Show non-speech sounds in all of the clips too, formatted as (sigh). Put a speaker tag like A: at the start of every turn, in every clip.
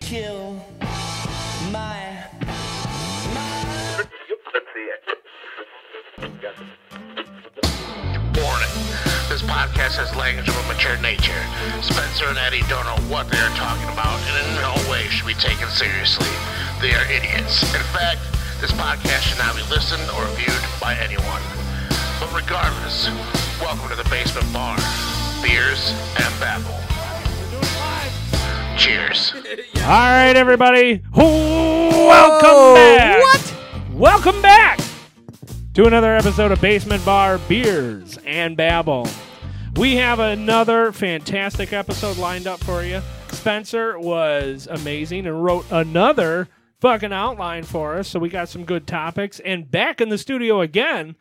A: kill my
B: Let's see it. Warning. This podcast has language of a mature nature. Spencer and Eddie don't know what they are talking about and in no way should be taken seriously. They are idiots. In fact, this podcast should not be listened or viewed by anyone. But regardless, welcome to the basement bar. Beers and babble. Cheers.
C: All right, everybody. Welcome back. What? Welcome back to another episode of Basement Bar Beers and Babble. We have another fantastic episode lined up for you. Spencer was amazing and wrote another fucking outline for us, so we got some good topics. And back in the studio again,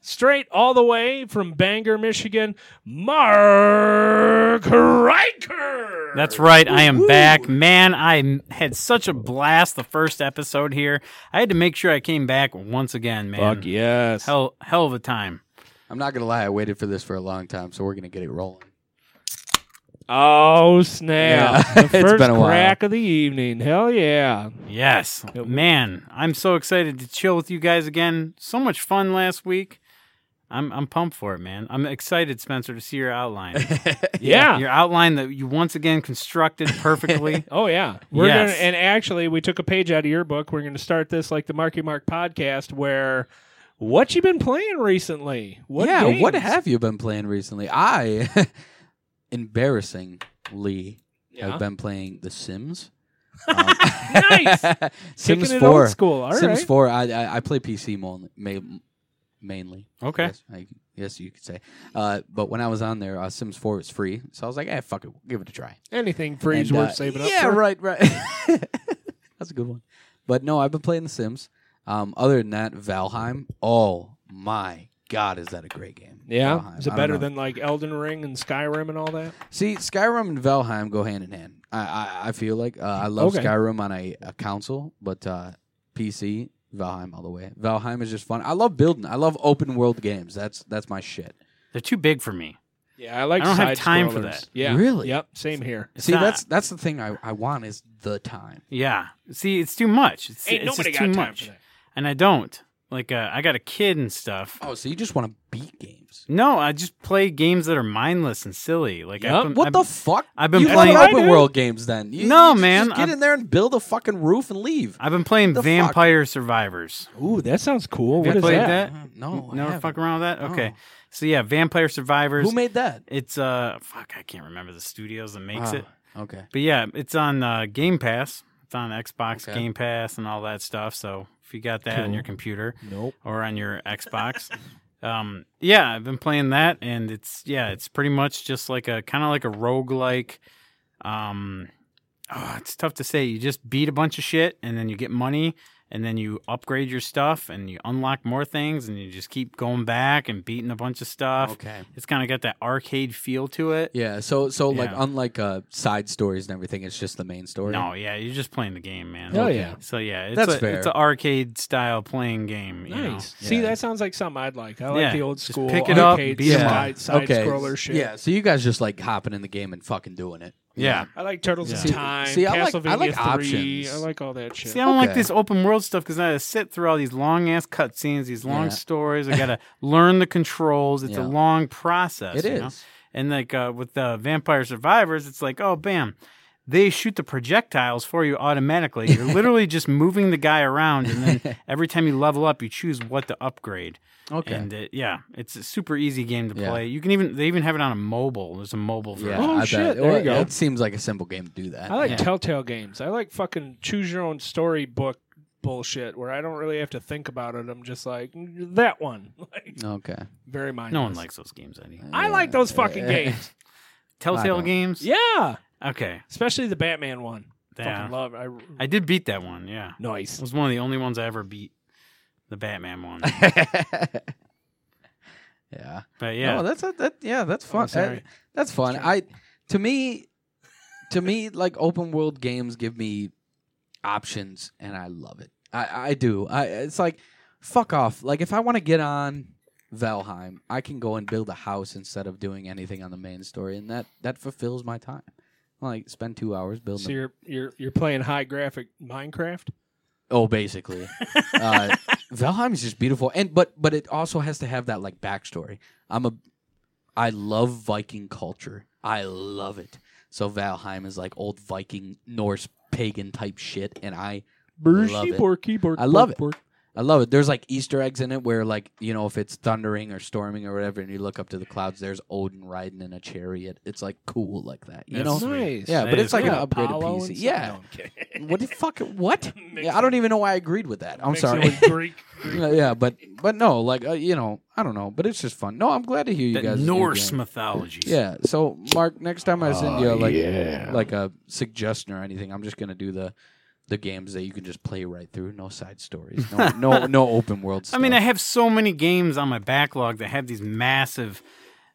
C: straight all the way from Bangor, Michigan, Mark Riker.
D: That's right. I am back. Man, I m- had such a blast the first episode here. I had to make sure I came back once again, man.
C: Fuck yes.
D: Hell, hell of a time.
E: I'm not gonna lie, I waited for this for a long time, so we're gonna get it rolling.
C: Oh snap!
E: (laughs) Yeah.
C: The
E: It's
C: first
E: been a while.
C: crack of the evening. Hell
E: (laughs)
C: yeah!
D: Yes. Man, I'm so excited to chill with you guys again. So much fun last week. I'm, I'm pumped for it, man. I'm excited, Spencer, to see your outline.
C: (laughs) Yeah.
D: Your outline that you once again constructed
C: (laughs)
D: perfectly.
C: Oh yeah. We're
D: Yes.
C: gonna and actually we took a page out of your book. We're gonna start this like the Marky Mark podcast where what you been playing recently? What
E: yeah, what
C: games?
E: have you been playing recently? I (laughs) embarrassingly
C: Yeah.
E: have been playing The Sims.
C: (laughs)
E: Um, (laughs)
C: nice.
E: Sims
C: Kicking it
E: Four.
C: old school. All right.
E: Sims Four. I, I I play PC mo- ma- mainly.
D: Okay.
E: Yes, I guess you could say. Uh, but when I was on there, uh, Sims Four was free, so I was like, "Eh, fuck it, we'll give it a try."
C: Anything free's
E: And,
C: worth
E: uh,
C: saving up.
E: Yeah,
C: for.
E: right, (laughs) right. That's a good one. But no, I've been playing The Sims. Um, other than that, Valheim. Oh my God, is that a great game?
C: Yeah.
E: Valheim.
C: Is
E: Oh, I
C: it
E: don't
C: better
E: know.
C: than like Elden Ring and Skyrim and all that?
E: See, Skyrim and Valheim go hand in hand. I I, I feel like uh, I love
C: Okay.
E: Skyrim on a, a console, but uh, PC Valheim all the way. Valheim is just fun. I love building. I love open world games. That's that's my shit.
D: They're too big for me.
C: Yeah, I like.
D: I don't have
C: side
D: time for
C: scrollers.
D: that.
C: Yeah.
E: Really?
C: Yep. Same here.
D: It's
E: See,
D: not-
E: that's that's the thing I, I want is the time.
D: Yeah. See, it's too much. It's,
C: Ain't
D: it's
C: nobody
D: just
C: got
D: too
C: time
D: much.
C: for that.
D: And I don't. Like, uh, I got a kid and stuff.
E: Oh, so you just want to beat games?
D: No, I just play games that are mindless and silly. Like
C: Yup.
D: I've been,
E: What
D: I've-
E: the fuck?
D: I've been
E: You love
D: playing-
E: open world games. Then You-
D: No,
E: you just-
D: man,
E: Just get
D: I'm-
E: in there and build a fucking roof and leave.
D: I've been playing
E: The fuck?
D: Vampire Survivors.
C: Ooh, that sounds cool.
D: Have
C: What
D: you
C: is
D: played
C: that?
D: that?
E: Uh, no, I
D: Never
E: haven't.
D: fuck around with that. Okay,
E: Oh.
D: so yeah, Vampire Survivors.
E: Who made that?
D: it's uh fuck, I can't remember the studios that makes
E: Ah,
D: it.
E: Okay.
D: But yeah, it's on uh, Game Pass. It's on Xbox
E: Okay.
D: Game Pass and all that stuff. So if you got that on your computer
C: Nope.
D: or on your Xbox, (laughs) um, yeah, I've been playing that, and it's yeah, it's pretty much just like a kind of like a roguelike. Um, oh, it's tough to say. You just beat a bunch of shit, and then you get money, and then you upgrade your stuff, and you unlock more things, and you just keep going back and beating a bunch of stuff.
E: Okay.
D: It's kind of got that arcade feel to it.
E: Yeah, so so like
D: Yeah.
E: unlike uh, side stories and everything, it's just the main story.
D: No, yeah, you're just playing the game, man.
C: Hell yeah.
D: So yeah, it's
E: That's
D: a,
E: fair.
D: It's an arcade style playing game. You know?
C: Nice. See,
E: Yeah.
C: that sounds like something I'd like. I like
D: Yeah,
C: the old
D: just
C: school
D: pick it up,
C: arcade
D: beat 'em
C: side,
D: up.
C: side
E: Okay.
C: scroller shit.
E: Yeah, so you guys just like hopping in the game and fucking doing it.
D: Yeah.
C: I like Turtles
E: Yeah.
C: in
E: See-
C: Time,
E: see, I like-
C: Castlevania
E: I like
C: 3.
E: options.
C: I like all that shit.
D: See, I don't like
E: Okay.
D: this open world stuff because I gotta sit through all these long ass cutscenes, these long
E: Yeah.
D: stories. I gotta (laughs) learn the controls. It's
E: Yeah.
D: a long process.
E: It
D: you
E: is.
D: know? And like uh, with the Vampire Survivors, it's like, oh, bam, they shoot the projectiles for you automatically. You're
E: (laughs)
D: literally just moving the guy around, and then every time you level up, you choose what to upgrade.
E: Okay.
D: And it, yeah, it's a super easy game to
E: Yeah.
D: play. You can even they even have it on a mobile. There's a mobile version.
E: yeah,
C: Oh,
E: I bet.
C: shit, there you
E: Well,
C: go.
E: It seems like a simple game to do that.
C: I like
D: Yeah.
C: Telltale games. I like fucking choose your own story book bullshit where I don't really have to think about it. I'm just like, "Mm, that one. (laughs) Like,
E: (laughs) okay.
C: very mindless.
D: No one likes those games, Eddie.
C: I like those fucking
D: (laughs)
C: games.
D: Telltale
E: Uh, don't.
D: games.
C: Yeah.
D: Okay.
C: Especially the Batman one.
D: Yeah.
C: Fucking love. I,
D: I did beat that one. Yeah. It
C: nice.
D: was one of the only ones I ever beat. The Batman
E: (laughs)
D: one.
E: yeah.
D: But yeah.
E: No, that's a, that. Yeah, that's fun.
C: sorry.
E: That- that's fun. I to me, to me, like open world games give me options, and I love it. I I do. I it's like fuck off. Like if I want to get on Valheim, I can go and build a house instead of doing anything on the main story, and that that fulfills my time. Like spend two hours building.
C: So
E: a-
C: you're you're you're playing high graphic Minecraft.
E: oh, basically,
C: (laughs)
E: uh, Valheim is just beautiful, and but but it also has to have that like backstory. I'm a, I love Viking culture. I love it. So Valheim is like old Viking Norse pagan type shit, and I Love it.
C: Keyboard, keyboard,
E: I love
C: bork,
E: it.
C: bork.
E: I love it. There's like Easter eggs in it where like you know if it's thundering or storming or whatever, and you look up to the clouds, there's Odin riding in a chariot. It's like cool like that, you
D: That's
E: know?
D: sweet.
C: Nice.
E: Yeah,
D: That
E: but
D: is
E: it's like
D: cool.
E: an upgraded
C: Apollo
E: PC.
C: and
E: Yeah.
C: stuff? No, I'm kidding.
E: What the
C: (laughs)
E: fuck? What?
C: Mix
E: Yeah, I don't
C: it-
E: even know why I agreed with that. I'm
C: mix it
E: sorry.
C: with
E: (laughs)
C: Greek.
E: Uh, yeah, but but no, like uh, you know, I don't know, but it's just fun. No, I'm glad to hear you
D: That
E: guys.
D: Norse
E: game.
D: mythology.
E: Yeah. So Mark, next time I send you a, like like a suggestion or anything, I'm just gonna do the the games that you can just play right through. No side stories.
D: (laughs)
E: No no no open world.
D: I
E: Stuff.
D: mean, I have so many games on my backlog that have these massive,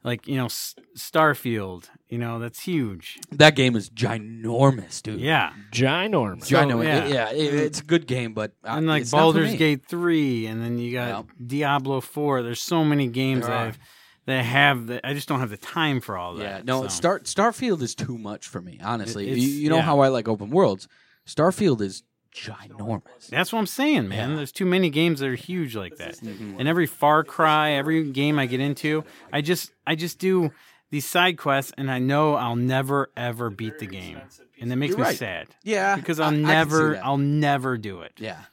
D: like you know, S- Starfield. You know, that's huge.
E: that game is ginormous, dude.
D: Yeah,
C: Ginormous.
D: So,
E: Ginormous.
D: yeah.
E: It- yeah, it- it's a good game, but uh,
D: and like
E: it's not for
D: Baldur's
E: me.
D: Gate three, and then you got Diablo four. There's so many games
E: There
D: that
E: are.
D: I've, that have that I just don't have the time for all that.
E: Yeah, no,
D: so.
E: Star Starfield is too much for me. Honestly,
D: It-
E: you,
D: it's-
E: you know
D: yeah.
E: how I like open worlds. Starfield is ginormous.
D: That's what I'm saying, man. There's too many games that are huge like that. And every Far Cry, every game I get into, I just I just do these side quests, and I know I'll never ever beat the game, and that makes
E: You're
D: me
E: right. (laughs)
D: sad
E: Yeah,
D: because
E: I-
D: I'll
E: I can see
D: never
E: that.
D: I'll never do it.
E: yeah,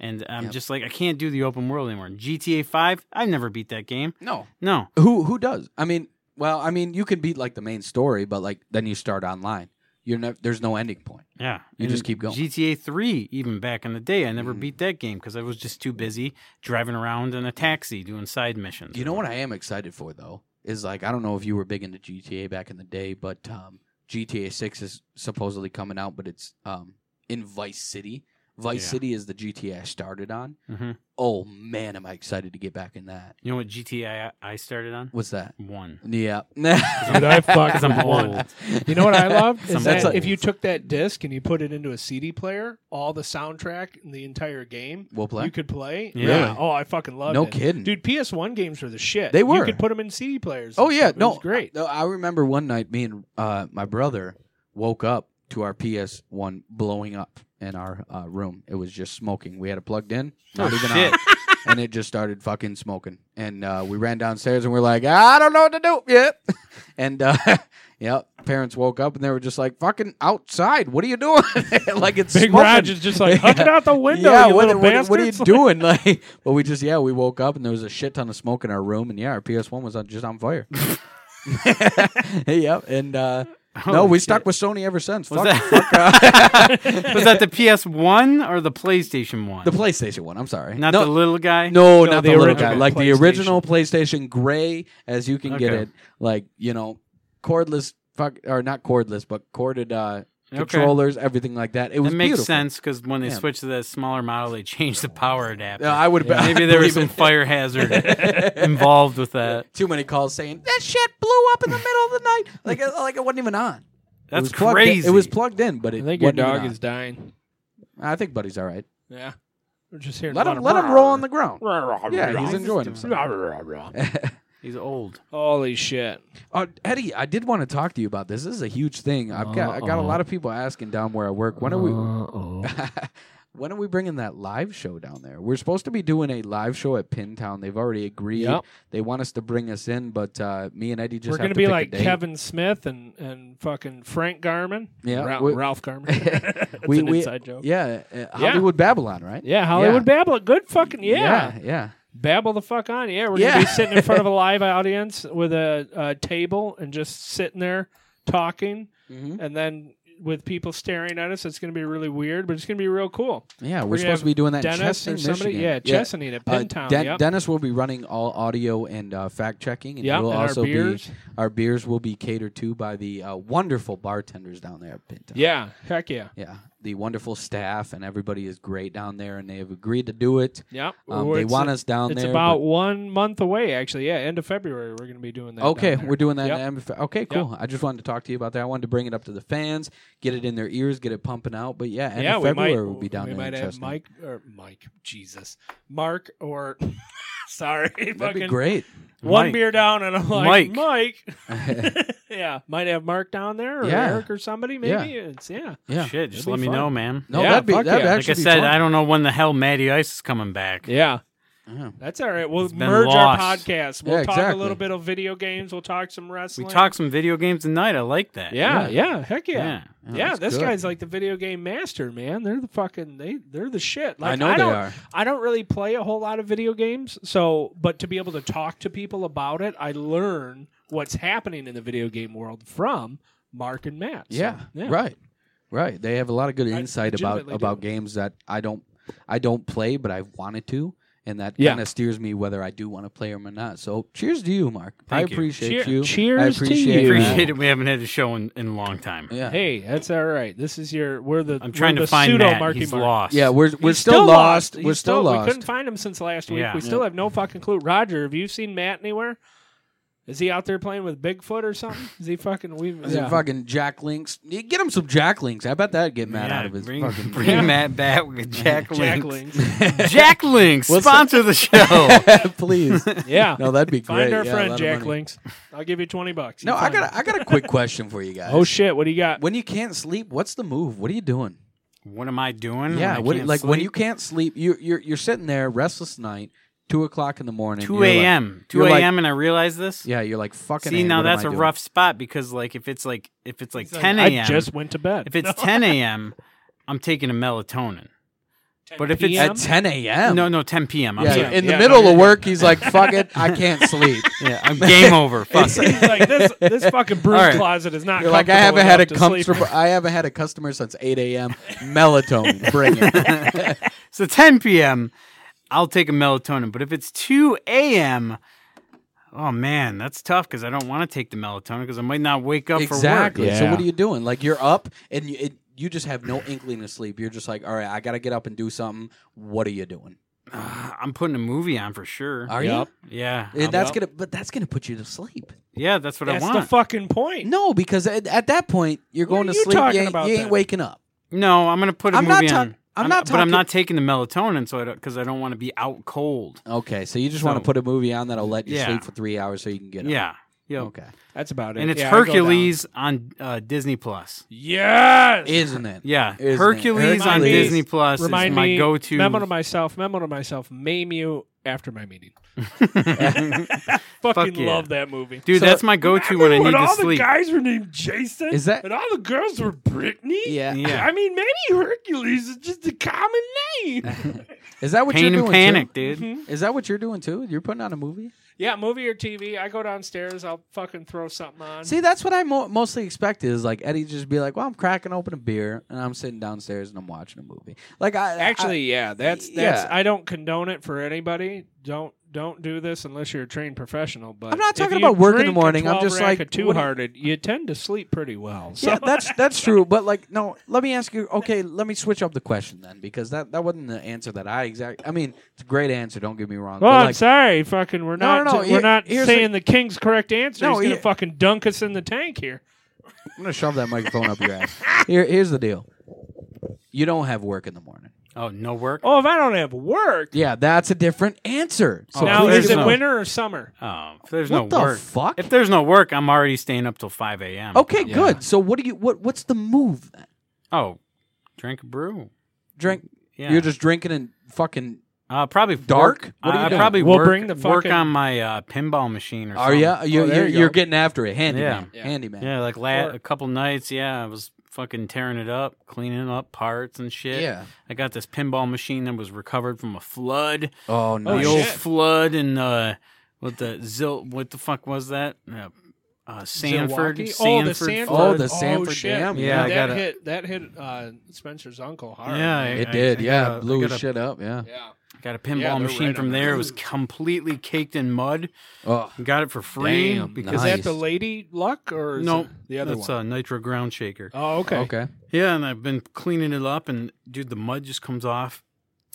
D: And I'm
E: Yep.
D: just like I can't do the open world anymore. GTA Five, I've never beat that game.
E: no.
D: No,
E: Who who does? I mean, well, I mean, you can beat like the main story, but like then you start online. You're nev- there's no ending point.
D: yeah,
E: You just keep going. Mm.
D: GTA Three, even back in the day, I never beat that game because I was just too busy driving around in a taxi doing side missions.
E: You know what I am excited for though is like I don't know if you were big into GTA back in the day, but um, GTA Six is supposedly coming out, but it's um, in Vice City. Vice
D: Yeah.
E: City is the GTA I started on.
D: hmm
C: Mm-hmm.
E: Oh man, am I excited to get back in that?
D: You know what GTA I- I started on?
E: What's that? (laughs)
D: One.
E: Yeah,
C: Dude, I
E: (laughs)
C: fucking
D: I'm
C: loved-
D: old.
C: You know what I loved is
D: I'm
C: that
E: old.
C: if you took that disc and you put it into a CD player, all the soundtrack and the entire game
E: we'll play.
C: you could play.
D: Yeah.
E: Really?
C: Oh, I fucking loved
E: No
C: it.
E: kidding.
C: dude. PS1 games were the shit.
E: They
C: You
E: were.
C: could put them in CD players.
E: Oh
C: and
E: yeah,
C: stuff. It
E: no,
C: was great.
E: No, I remember one night me and uh, my brother woke up to our PS one blowing up in our uh, room. It was just smoking. We had it plugged in,
C: Oh,
E: not even
D: shit.
E: on, and it just started fucking smoking. And uh, we ran downstairs and we're like, "Ah, I don't know what to do yet. (laughs) and uh, (laughs) yeah, parents woke up and they were just like, fucking outside. What are you doing? (laughs) like it's
C: Big
E: smoking.
C: Raj is just like huck it out the window.
E: (laughs) Yeah,
C: you
E: what,
C: little
E: what, what are you
C: bastards. (laughs)
E: doing? (laughs) Like, but we just yeah, we woke up and there was a shit ton of smoke in our room, and yeah, our PS One was on, just
C: (laughs)
E: on fire. (laughs) yep, and uh, no,
D: Holy
E: we
D: shit.
E: stuck with Sony ever since.
D: Was
E: fuck,
C: (laughs)
E: uh,
D: that, was that the PS1 or the PlayStation 1?
E: the PlayStation One. I'm sorry,
D: Not
E: no,
D: the little guy?
E: no,
C: No,
E: not
C: the
E: the, little
C: original
E: guy, like the
C: PlayStation.
E: original PlayStation gray as you can get
D: Okay.
E: it, like you know, cordless, fuck, or not cordless, but corded uh,
D: Okay.
E: controllers, everything like that. It
D: That
E: was
D: makes
E: beautiful.
D: sense because when they
E: Yeah.
D: switched to the smaller model, they changed the power adapter. (laughs)
E: Yeah, (laughs) I would
D: Yeah, Maybe there was some fire hazard (laughs)
E: (laughs)
D: involved with that.
E: too many calls saying that shit blew up in the middle of the night, like it- like it wasn't even on. It
D: That's
E: was plugged in-
D: crazy.
E: It was plugged in, but
C: I
E: it
C: think your
E: wasn't even
C: dog
E: on.
C: is dying.
E: I think Buddy's all right.
C: Yeah, we're just here.
E: Let him let him roll on
D: (laughs)
E: the ground. Yeah, he's
D: He's
E: enjoying
D: just
E: himself.
D: He's old.
C: Holy shit!
E: Uh, Eddie, I did want to talk to you about this. This is a huge thing. I've got I got a lot of people asking down where I work. When are we? (laughs) when are we bringing that live show down there? We're supposed to be doing a live show at Pintown. They've already agreed.
C: Yep.
E: They want us to bring us in, but uh, me and Eddie just
C: we're
E: have
C: gonna
E: to
C: be
E: pick a
C: like
E: date.
C: Kevin Smith and and fucking Frank Garmin.
E: Yeah,
C: Ra-
E: (laughs) we-
C: Ralph (laughs) Garmin. That's an inside joke.
E: Yeah, uh, Hollywood Babylon, right?
C: Yeah, Hollywood Babble. Good fucking yeah.
E: yeah, yeah.
C: Babble the fuck on. Yeah, we're
E: Yeah.
C: gonna be sitting in front (laughs) of a live audience with a, a table and just sitting there talking,
E: Mhm.
C: and then with people staring at us, it's gonna be really weird, but it's gonna be real cool. We're
E: Yeah, we're,
C: gonna
E: supposed
C: have
E: to be doing that in
C: Dennis
E: Chester,
C: or somebody,
E: Michigan.
C: yeah, Chesaning at
E: Uh,
C: Pintown.
E: Den-
C: yep.
E: Dennis will be running all audio and uh, fact checking, and
C: Yep,
E: he'll
C: and our
E: also
C: beers.
E: be our beers will be catered to by the uh, wonderful bartenders down there at Pintown.
C: yeah, heck yeah.
E: Yeah, the wonderful staff and everybody is great down there, and they have agreed to do it.
C: Yep.
E: Um,
C: Well,
E: they
C: it's
E: want
C: a-
E: us down
C: It's
E: there.
C: about
E: but-
C: one month away, actually. Yeah, end of February, we're going to be doing that.
E: Okay,
C: down there.
E: we're doing that.
C: Yep.
E: in the MFA. Okay, cool. I just wanted to talk to you about that. I wanted to bring it up to the fans, get it in their ears, get it pumping out. But yeah, end
C: yeah,
E: of
C: we
E: February
C: might
E: will be down
C: We
E: there.
C: might
E: in
C: have
E: Chestnut.
C: Mike or (laughs) Mike, Jesus, Mark or Sorry,
E: That'd be
C: fucking
E: great.
C: one
D: Mike.
C: beer down, and I'm like, Mike. (laughs)
E: yeah, (laughs)
C: yeah, might have Mark down there or
E: Yeah.
C: Eric or somebody. Maybe it's yeah.
D: Shit,
C: That'd
D: just let
C: be
D: me
C: fun.
D: know, man.
E: no,
C: Yeah,
E: that'd be
C: fuck
E: that'd
C: yeah.
E: actually
D: Like I
E: be
D: said,
E: fun.
D: I don't know when the hell Matty Ice is coming back.
C: Yeah,
E: Yeah.
C: that's all right. We'll
D: It's been
C: merge our
D: lost.
C: podcasts. We'll
E: Yeah,
C: talk a
E: exactly.
C: little bit of video games. We'll talk some wrestling.
D: We talked some video games tonight. I like that.
C: Yeah, yeah, heck yeah. Yeah,
D: Yeah.
E: Yeah, that's
C: this
E: good.
C: guy's like the video game master, man. They're the fucking they they're the shit. Like
E: I know they
C: don't,
E: are.
C: I don't really play a whole lot of video games, so but to be able to talk to people about it, I learn what's happening in the video game world from Mark and Matt. So,
E: Yeah,
C: yeah.
E: right, right. They have a lot of good
C: I
E: insight about
C: legitimately
E: about
C: do.
E: games that I don't I don't play, but I've wanted to, and that
C: Yeah.
E: kind of steers me whether I do want to play them or not. So, cheers to you, Mark.
D: Thank
E: I
D: you.
E: appreciate
C: Cheer-
E: you.
C: cheers
E: I
C: to
E: appreciate
C: you.
E: Matt.
D: Appreciate it. We haven't had a show in, in a long time.
C: (laughs)
E: Yeah,
C: Hey, that's all right. This is your we're the
D: I'm trying
C: we're
D: to
C: the
D: find
C: pseudo
D: Matt.
C: Marky
D: He's
C: Mark.
D: lost.
E: yeah, we're we're
C: He's
E: still, lost. We're
C: He's
E: still,
C: We
E: lost.
C: couldn't find him since last week.
D: Yeah.
C: We still have no fucking clue. Roger, have you seen Matt anywhere? Is he out there playing with Bigfoot or something? Is he fucking? We
E: Is it
C: yeah.
E: Fucking Jack Links. You Get him some Jack Links. I bet that'd get Matt
D: Yeah,
E: out of his
D: bring,
C: (laughs)
D: (laughs)
E: fucking.
D: bring
E: (laughs)
D: Matt back with Jack
C: Jack
D: Links.
C: Links.
D: (laughs) Jack Links,
E: What's
D: sponsor
E: (laughs)
D: the show.
C: (laughs)
E: Please,
C: Yeah.
E: no, that'd be great.
C: Find our
E: Yeah, a lot
C: friend
E: of
C: Jack
E: money.
C: Links. I'll give you twenty bucks.
E: No,
C: You
E: I
C: find
E: got
C: him.
E: a, I got a quick question for you guys.
C: Oh shit! What do you got?
E: when you can't sleep, what's the move? What are you doing?
D: what am I doing? when Mm, I
E: Yeah, what,
D: can't
E: like when
D: sleep?
E: you can't sleep, you you're you're sitting there restless night, two o'clock in the morning,
D: 2
E: you're like-
D: a.m. 2
E: you're like-
D: a.m. and I realize this.
E: yeah, you're like fucking.
D: See,
E: "Hey,
D: now
E: what am
D: that's
E: I
D: a
E: doing?"
D: rough spot because like if it's like if it's like
C: He's like,
D: 10
C: I
D: a.m.
C: just went to bed.
D: if it's
C: (laughs)
D: 10 a.m. I'm taking a melatonin. But if it's
E: at ten a.m.
D: no no 10 p.m. I'm
E: yeah,
D: sorry.
C: sorry.
E: in
C: Yeah,
E: the middle
C: no,
E: of
C: yeah.
E: work, he's like, "Fuck it, I
D: (laughs)
E: can't sleep."
D: Yeah,
E: (laughs)
D: I'm (laughs) game over. Fuck.
E: It's-
C: (laughs)
D: it.
C: He's
D: (laughs)
C: like this, this fucking broom
D: All right.
C: closet is not.
E: You're like, I haven't
C: comfortable
E: had a
C: enough to sleep
E: comfortable, I haven't had a customer since
D: (laughs)
E: eight a.m. Melatonin, bring it.
D: So 10 p.m. I'll take a melatonin, but if it's 2 a.m. Oh man, that's tough because I don't want to take the melatonin because I might not wake up
E: (laughs) exactly.
D: for work.
E: So
C: Yeah.
E: what are you doing? Like you're up and you, it, you just have no inkling to sleep. You're just like, "All right, I got to get up and do something." What are you doing?
D: Ah, I'm putting a movie on for sure.
E: Are
C: Yup.
D: Yeah,
E: you? And Eh, that's
C: up.
E: gonna, but that's gonna put you to sleep.
D: yeah, that's what
C: That's
D: (laughs) I
C: the
D: want.
C: fucking point.
E: No, because at, at that point you're
C: What
E: going
C: are
E: to
C: you
E: sleep.
C: talking
E: you ain't,
C: about
E: you ain't
C: then?
E: waking up.
D: no, I'm gonna put a
E: I'm not
D: movie
E: ta-
D: on.
E: I'm not
D: but I'm
E: talking-
D: not taking the melatonin, so I don't because I don't want to be out cold.
E: Okay, so you just want
D: So-
E: to put a movie on that'll let you
D: Yeah.
E: sleep for three hours so you can get up.
D: Yeah, yeah.
E: Okay.
C: That's about it.
D: And it's
C: Yeah, I go down.
D: Hercules on uh, Disney Plus.
C: Yes.
E: Isn't it?
D: Yeah,
E: Isn't it?
D: Hercules on
C: Remind me-
D: Disney Plus is
C: Remind
D: my
C: me,
D: go-to.
C: memo to myself, memo to myself, maim you after my
D: (laughs)
C: meeting. (laughs) Fucking
D: Fuck yeah.
C: love that movie.
D: Dude, that's my go-to when I need to
C: all
D: sleep.
C: the guys were named Jason,
E: Is that-
C: and all the girls were Brittany.
E: Yeah.
D: Yeah.
C: I mean, maybe Hercules is just a common
E: (laughs)
C: name. (laughs)
E: Is that what
D: Pain
E: you're
D: and
E: doing?
D: panic,
E: too? Mm-hmm.
D: dude. Mm-hmm.
E: Is that what you're doing too? You're putting on a movie?
C: yeah, movie or TV. I go downstairs. I'll fucking throw something on.
E: See, that's what I mo- mostly expected is like Eddie just be like, "Well, I'm cracking open a beer and I'm sitting downstairs and I'm watching a movie." Like I
C: Actually, yeah, that's that's.
E: Yeah.
C: I don't condone it for anybody. Don't don't do this unless you're a trained professional. But
E: I'm not
C: if
E: talking
C: you
E: about work in the
C: drink a
E: morning, I'm
C: 12
E: just
C: rack
E: like,
C: of
E: what do you-
C: two-hearted. You tend to sleep pretty well. (laughs) So
E: Yeah, that's that's true. But like, no, let me ask you. Okay, let me switch up the question then, because that, that wasn't the answer that I exactly. I mean, it's a great answer. Don't get me wrong.
C: Well,
E: but
C: I'm
E: like,
C: sorry, fucking. We're not.
E: No, no, no,
C: we're
E: here-
C: not
E: here's
C: saying the king's correct answer.
E: No,
C: He's gonna
E: here-
C: fucking dunk us in the tank here.
E: I'm gonna shove that microphone up your ass. Here, here's the deal. You don't have work in the morning.
D: Oh, no work.
C: Oh, if I don't have work
E: Yeah, that's a different answer. So
C: now,
E: please
C: is it
E: no.
C: winter or summer?
D: Oh, if there's
E: What
D: no
E: the
D: work.
E: fuck?
D: If there's no work, I'm already staying up till 5 a.m.
E: Okay, good. So what do you what what's the move then?
D: Oh, drink a brew.
E: Drink.
D: Yeah.
E: You're just drinking and fucking.
D: uh, probably
E: Dark?
D: work-
E: What are you
D: I, I
E: doing?
D: probably
C: We'll
D: work,
C: bring the
D: work
C: fucking-
D: on my uh, pinball machine or
E: Are
D: something.
E: you you
C: Oh, there
E: you're,
C: you
E: you are
C: go.
E: getting after it, handyman,
C: Yeah.
E: handyman.
D: Yeah, like la-
C: Or-
D: a couple nights. Yeah, I was fucking tearing it up, cleaning up parts and shit.
E: Yeah.
D: I got this pinball machine that was recovered from a flood.
E: Oh no.
D: the
C: shit.
D: old flood and uh, what the zil what the fuck was that? Uh, uh, Sanford,
C: Milwaukee? Oh, the
D: Sanford,
C: Sanford.
E: Oh,
D: flood.
E: the Sanford
C: shit.
E: Dam,
D: yeah. Yeah, I
C: that
D: gotta-
C: hit that hit uh, Spencer's uncle hard.
D: Yeah, I-
E: It
D: I-
E: did.
D: I
E: yeah,
D: gotta- I
E: blew his
D: gotta-
E: shit up. Yeah.
C: yeah.
D: Got a pinball
C: Yeah, they're
D: machine
C: right
D: from
C: on
D: there.
C: the
D: It was
C: road.
D: completely caked in mud.
E: Oh.
D: Got it for free
E: Damn,
D: because
C: Is
E: Nice.
C: that the Lady Luck or is
D: no,
C: it the other
D: that's
C: one?
D: a nitro ground shaker.
C: oh, okay.
E: Okay.
D: Yeah, and I've been cleaning it up, and dude, the mud just comes off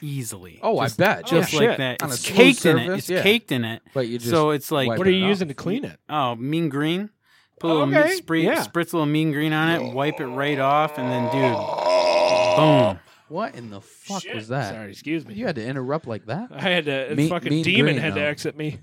D: easily.
E: Oh, I bet.
D: just
E: yeah.
D: like
C: shit.
D: that.
E: On a
D: It's
E: smooth
D: caked in it.
E: surface,
D: It's
E: yeah.
D: caked in it.
E: But you just
D: so it's like
E: wipe
C: What are
E: it
C: you
E: off.
C: using to clean it?
D: Oh, mean green. Put a little mi-
C: Okay,
D: spray-
C: yeah.
D: spritz a little mean green on it, wipe it right off, and then dude, boom.
E: What in the fuck
C: Shit.
E: was that?
C: Sorry, excuse me.
E: You had to interrupt like
C: (laughs)
E: that.
C: I had to.
E: Me-
C: fucking
E: mean
C: demon
E: green,
C: had to
E: though.
C: exit me.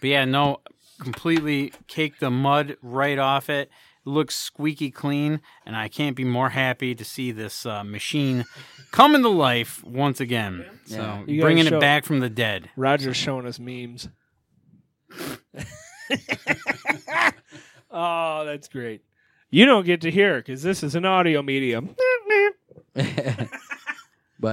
D: But yeah, no, completely caked the mud right off it. Looks squeaky clean, and I can't be more happy to see this uh, machine coming to life once again. So
C: You gotta
D: bringing
C: show-
D: it back from the dead.
C: Roger's showing us memes. (laughs) oh, that's great. You don't get to hear because this is an audio medium.
E: (laughs) but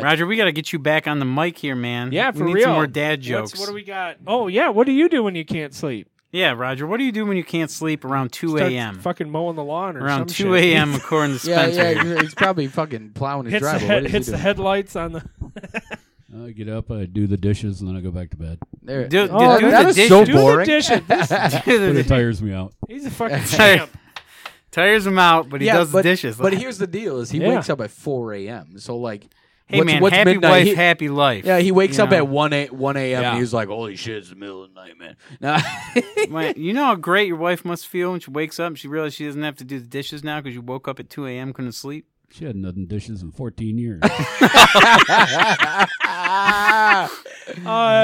D: Roger, we got to get you back on the mic here, man.
C: Yeah,
D: we
C: for
D: need
C: real.
D: Some more dad jokes.
C: What's, what do we got? Oh yeah, what do you do when you can't sleep?
D: Yeah, Roger, what do you do when you can't sleep around two
C: Start
D: a.m.
C: Fucking mowing the lawn or
D: Around
C: some
D: two
C: shit. (laughs)
D: a.m. according to
E: yeah,
D: Spencer. (laughs)
E: yeah, he's- he's probably fucking plowing his
C: Hits, the,
E: driveway.
C: head,
E: What is
C: hits
E: he
C: the
E: doing?
C: headlights on the.
F: I get up, I do the dishes, and then I go back
C: (laughs)
F: to bed.
E: There.
D: Do,
C: Oh,
D: do the
E: that is
D: dishes.
E: so
C: Do the
E: boring. (laughs)
C: dishes. This,
F: But
D: Do
F: it
D: the-
F: tires me out.
C: he's a
D: (laughs)
C: fucking
D: Sorry.
C: champ.
D: Tires him out, but he does
E: but,
D: the dishes.
E: But here's the deal: is he
C: Yeah.
E: wakes up at 4 a.m. So like,
D: hey
E: what's,
D: man,
E: what's
D: happy
E: midnight?
D: wife,
E: He-
D: happy life.
E: yeah, he wakes
D: You
E: up
D: know?
E: at 1 a, 1 a.m.
C: Yeah.
E: and he's like, "Holy shit, it's the middle of the night,
C: (laughs)
E: man." (laughs) Now,
D: My- you know how great your wife must feel when she wakes up and she realizes she doesn't have to do the dishes now because you woke up at 2 a.m. couldn't sleep?
F: She hadn't done dishes in 14
C: (laughs)
F: years. Uh,
C: Oh,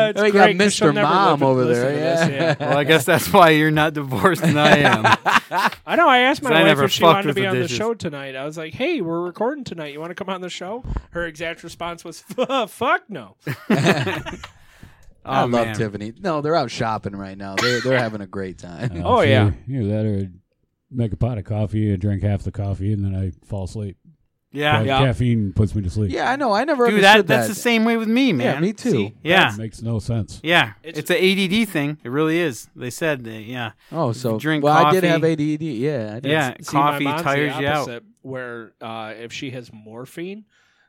C: it's
E: We got
C: great 'cause she'll
E: Mr.
C: never
E: Mom
C: live-
E: over
C: listen
E: there,
C: to this,
E: yeah.
D: Well, I guess that's why you're not divorced and I
E: (laughs)
D: am.
C: (laughs)
D: Oh,
C: I know. I asked my
D: 'Cause I
C: wife
D: never
C: if she
D: fucked
C: wanted to
D: with
C: be
D: the
C: on the
D: dishes.
C: show tonight. I was like, "Hey, we're recording tonight. You want to come on the show?" Her exact response was, (laughs) "Fuck (laughs) no."
D: Oh,
E: I love
D: man.
E: Tiffany. No, they're out shopping right now. They're they're having a great time.
C: Oh,
F: so
C: yeah.
F: Either that or make a pot of coffee and drink half the coffee, and then I fall asleep.
D: Yeah.
F: Ca-
C: Yeah.
F: Caffeine puts me to sleep.
E: (laughs) yeah, I know. I never
D: Dude, that,
E: understood
D: that's the same way with me, man.
E: Yeah, me too.
C: See?
D: Yeah.
F: It makes no sense.
D: Yeah.
C: It's-
D: It's, an ADD thing. It really is. They said that, yeah.
E: Oh, so
D: drink
E: well, I did
D: coffee.
E: have ADD. Yeah, I did.
D: Yeah.
C: See, my
D: Coffee
C: mom's the
D: tires you out.
C: opposite, Where uh, if she has morphine,